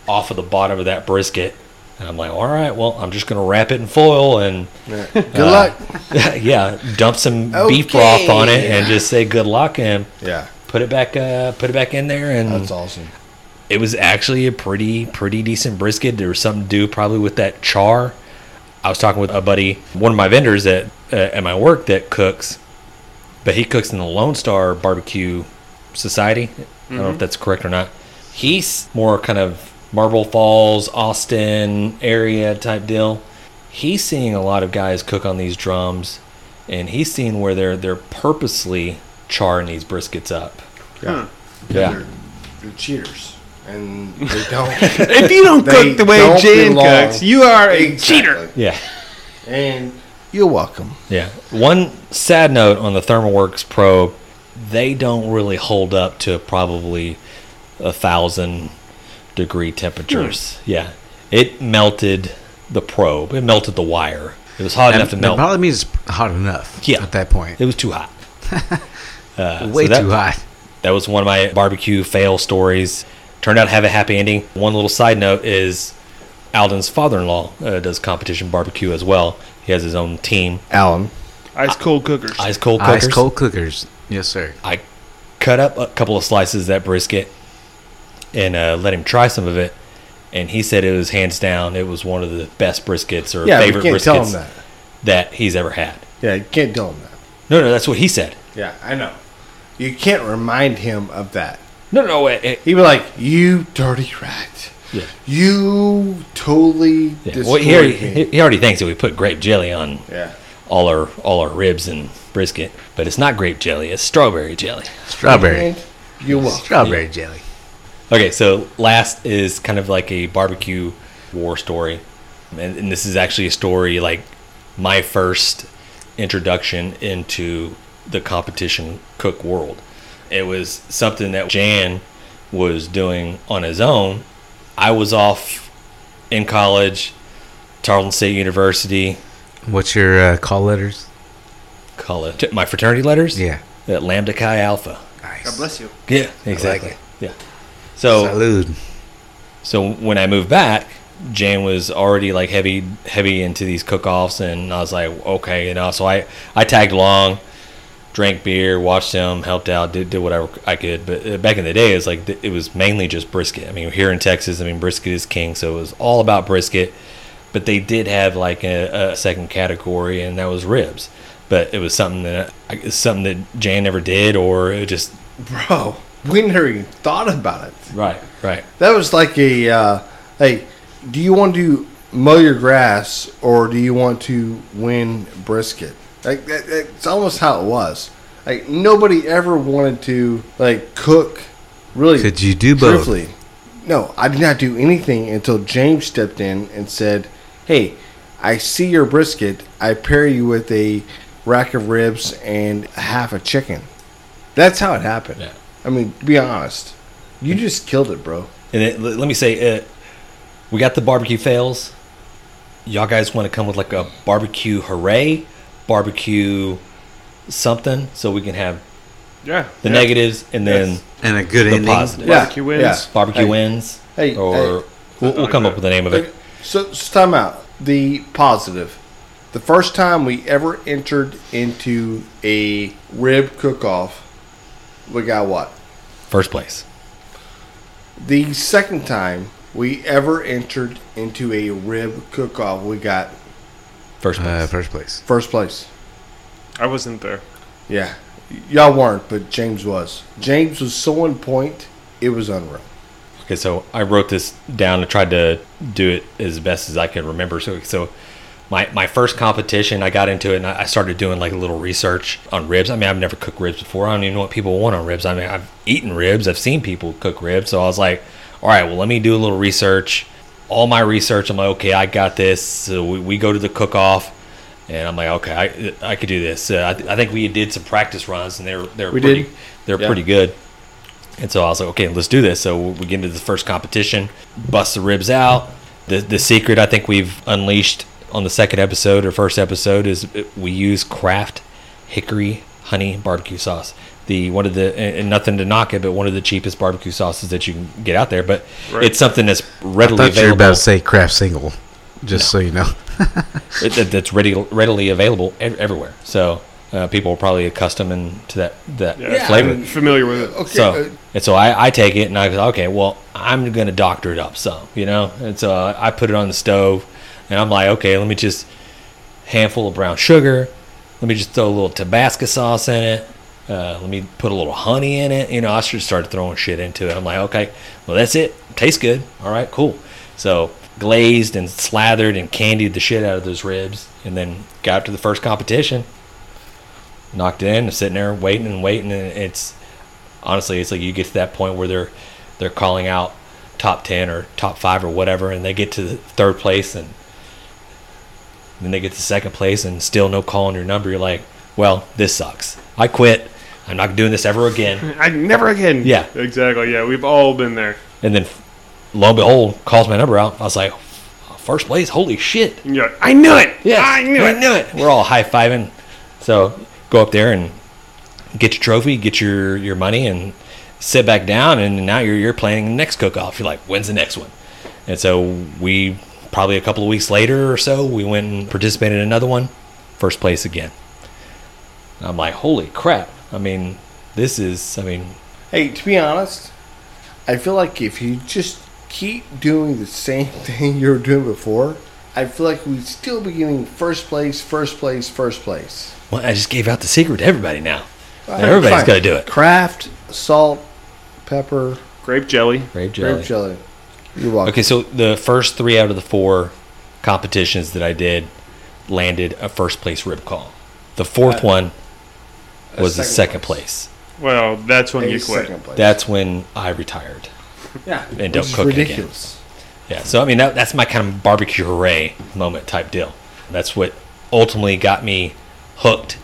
B: off of the bottom of that brisket. And I'm like, all right, well, I'm just going to wrap it in foil and
A: Good
B: uh,
A: luck.
B: yeah, dump some beef broth on it and just say good luck and
A: Yeah,
B: put it back, uh, put it back in there. And
A: that's awesome.
B: it was actually a pretty pretty decent brisket. There was something to do probably with that char. I was talking with a buddy, one of my vendors at uh, at my work that cooks, but he cooks in the Lone Star Barbecue Society. I don't know if that's correct or not. He's more kind of Marble Falls, Austin area type deal. He's seeing a lot of guys cook on these drums, and he's seeing where they're they're purposely charring these briskets up.
E: Huh.
B: Yeah.
A: They're, they're cheaters, and they don't.
E: If you don't
A: They
E: cook the way
A: don't
E: Jan
A: belong.
E: cooks, you are a cheater.
A: Exactly.
B: Yeah.
A: And you're welcome.
B: Yeah. One sad note on the ThermalWorks probe, they don't really hold up to probably a thousand degree temperatures.
D: Hmm.
B: Yeah. It melted the probe. It melted the wire. It was hot
D: That-
B: enough to
D: that
B: melt.
D: probably means it's hot enough
B: Yeah.
D: at that point.
B: it was too hot. Uh,
D: Way
B: so that-
D: too hot.
B: that was one of my barbecue fail stories. Turned out to have a happy ending. One little side note is Alden's father-in-law uh, does competition barbecue as well. He has his own team.
A: Alan,
E: Ice cold cookers.
B: Ice cold cookers.
D: Ice cold cookers. Yes, sir.
B: I cut up a couple of slices of that brisket and uh, let him try some of it. And he said it was hands down, it was one of the best briskets or
A: yeah, but
B: favorite
A: you can't
B: briskets
A: tell him that.
B: that he's ever had.
A: Yeah, you can't tell him that.
B: No, no, that's what he said.
A: Yeah, I know. You can't remind him of that.
B: No, no, no, it, it-
A: He'd be like, "You dirty rat!
B: Yeah.
A: You totally
B: yeah.
A: destroyed
B: Well, he, already,
A: me."
B: he he already thinks that we put grape jelly on
A: yeah,
B: all our all our ribs and brisket, but it's not grape jelly; it's strawberry jelly.
D: Strawberry.
A: And you will.
D: Strawberry jelly.
B: Okay, so last is kind of like a barbecue war story. And, and this is actually a story like my first introduction into the competition cook world. It was something that Jan was doing on his own. I was off in college, Tarleton State University,
C: What's your uh, call letters?
B: call it my fraternity letters.
C: Yeah.
B: at Lambda Chi Alpha.
A: God
C: Nice.
A: bless you.
B: Yeah, exactly.
C: it.
B: Yeah. So
C: Salud.
B: so when I moved back, Jan was already like heavy heavy into these cook-offs, and I was like, okay, you know. So I I tagged along, drank beer, watched him, helped out, did, did whatever I could. But uh, back in the day, it's like th- it was mainly just brisket. I mean, here in Texas, I mean, brisket is king, so it was all about brisket. But they did have like a, a second category, and that was ribs. But it was something that I- it's something that Jan never did, or it just
A: Bro, we never even thought about it.
B: right, right.
A: That was like a, uh, hey, do you want to mow your grass or do you want to win brisket? Like that, that's almost how it was. Like nobody ever wanted to like cook. Really,
C: Could you do both?
A: truthfully. No, I did not do anything until James stepped in and said, "Hey, I see your brisket. I pair you with a rack of ribs and half a chicken." That's how it happened.
B: Yeah.
A: I mean, be honest. You just killed it, bro.
B: And it, let let me say, uh, we got the barbecue fails. Y'all guys want to come with like a barbecue hooray, barbecue something, so we can have
E: Yeah.
B: the
E: yeah.
B: negatives and then
E: Yes.
C: And a good
B: the
C: ending.
B: positive.
E: Barbecue wins.
B: Barbecue
A: Hey.
B: wins,
A: Hey,
B: or
A: hey.
B: we'll, we'll come up with the name of
A: Okay,
B: it.
A: So, so time out. The positive. The first time we ever entered into a rib cook-off, we got what?
B: First place.
A: The second time we ever entered into a rib cook-off, we got
B: First
D: Uh,
B: place.
D: first place.
A: first place.
E: I wasn't there.
A: Yeah, Y- y'all weren't, but James was. James was so on point, it was unreal.
B: Okay, so I wrote this down and tried to do it as best as I could remember. So, so my my first competition, I got into it and I I started doing like a little research on ribs. I mean, I've never cooked ribs before. I don't even know what people want on ribs. I mean, I've eaten ribs, I've seen people cook ribs. So I was like, all right, well, let me do a little research. All my research, I'm like, okay, I got this. So we, we go to the cook off. And I'm like, okay, I, I could do this. Uh, I, th- I think we did some practice runs, and they're they're
A: We did.
B: pretty they're
A: Yeah.
B: pretty good. And so I was like, okay, let's do this. So we get into the first competition, bust the ribs out. The the secret I think we've unleashed on the second episode or first episode is we use craft hickory honey barbecue sauce. The one of the and and nothing to knock it, but one of the cheapest barbecue sauces that you can get out there. But
E: Right.
B: it's something that's
D: I
B: readily
D: thought you were
B: available.
D: about to say craft single, just so you know.
B: it, that- that's ready, readily available ev- everywhere. So uh, people are probably accustomed and to that that
E: Yeah.
B: flavor.
E: I'm familiar with it.
A: Okay,
B: So
A: uh,
B: and so I, I take it and I go, okay, well I'm gonna doctor it up some, you know. And so uh, I I put it on the stove, and I'm like, okay, let me just handful of brown sugar, let me just throw a little Tabasco sauce in it, uh, let me put a little honey in it. You know, I should start throwing shit into it. I'm like, okay, well that's it, tastes good, all right, cool. So glazed and slathered and candied the shit out of those ribs, and then got up to the first competition, knocked it in, I'm sitting there waiting and waiting, and it's honestly, it's like you get to that point where they're they're calling out top ten or top five or whatever, and they get to the third place, and then they get to second place, and still no call on your number. You're like, well, this sucks. I quit. I'm not doing this ever again.
E: I never again.
B: Yeah.
E: Exactly. Yeah. We've all been there.
B: And then, lo and behold, calls my number out. I was like, first place. Holy shit!
E: And you're like, I knew it.
B: Yes,
E: Ah, I knew
B: I
E: it.
B: knew it. We're all high fiving. So go up there and get your trophy, get your, your money, and sit back down. And now you're you're planning the next cook off. You're like, when's the next one? And so we probably a couple of weeks later or so, we went and participated in another one, first place again. And I'm like, holy crap! I mean, this is. I mean,
A: Hey, to be honest, I feel like if you just keep doing the same thing you were doing before, I feel like we'd still be getting first place, first place, first place.
B: well, I just gave out the secret to everybody now. Everybody's
A: Fine.
B: gonna do it.
A: Kraft, salt, pepper,
E: Grape jelly.
B: Grape
A: grape jelly. You're welcome.
B: Okay, so the first three out of the four competitions that I did landed a first place rib call. The fourth one
A: Uh, a
B: was the
A: second
B: second
A: place.
B: place.
E: Well, that's when
A: A
E: you quit.
A: second place.
B: That's when I retired.
A: yeah,
B: and don't cook it again.
A: ridiculous.
B: Yeah, so I mean that, that's my kind of barbecue hooray moment type deal. That's what ultimately got me hooked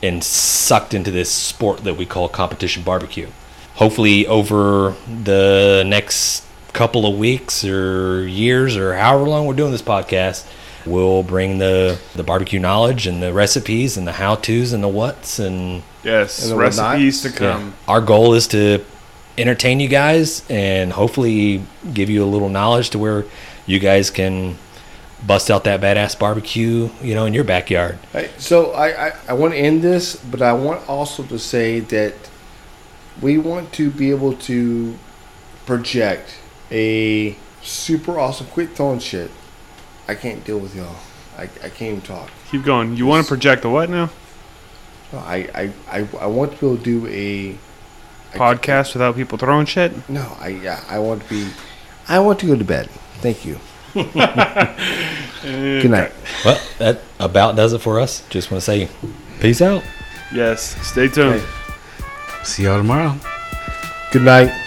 B: and sucked into this sport that we call competition barbecue. Hopefully, over the next couple of weeks or years or however long we're doing this podcast, we'll bring the, the barbecue knowledge and the recipes and the how to's and the what's and
E: Yes,
A: And the
E: recipes to
A: whatnot.
E: come.
B: yeah. Um, Our goal is to entertain you guys and hopefully give you a little knowledge to where you guys can bust out that badass barbecue, you know, in your backyard.
A: Hey, So I, I, I want to end this, but I want also to say that we want to be able to project a super awesome. Quit throwing shit. I can't deal with y'all. I, I can't even talk.
E: Keep going. You want to project the what now?
A: I, I, I, I want to be able to do a I-
E: Podcast without people throwing shit?
A: No, I yeah, I want to be. I want to go to bed. Thank you. Good night.
B: Well, that about does it for us. Just want to say peace out.
E: Yes. Stay tuned.
A: Okay.
D: See y'all tomorrow.
A: Good night.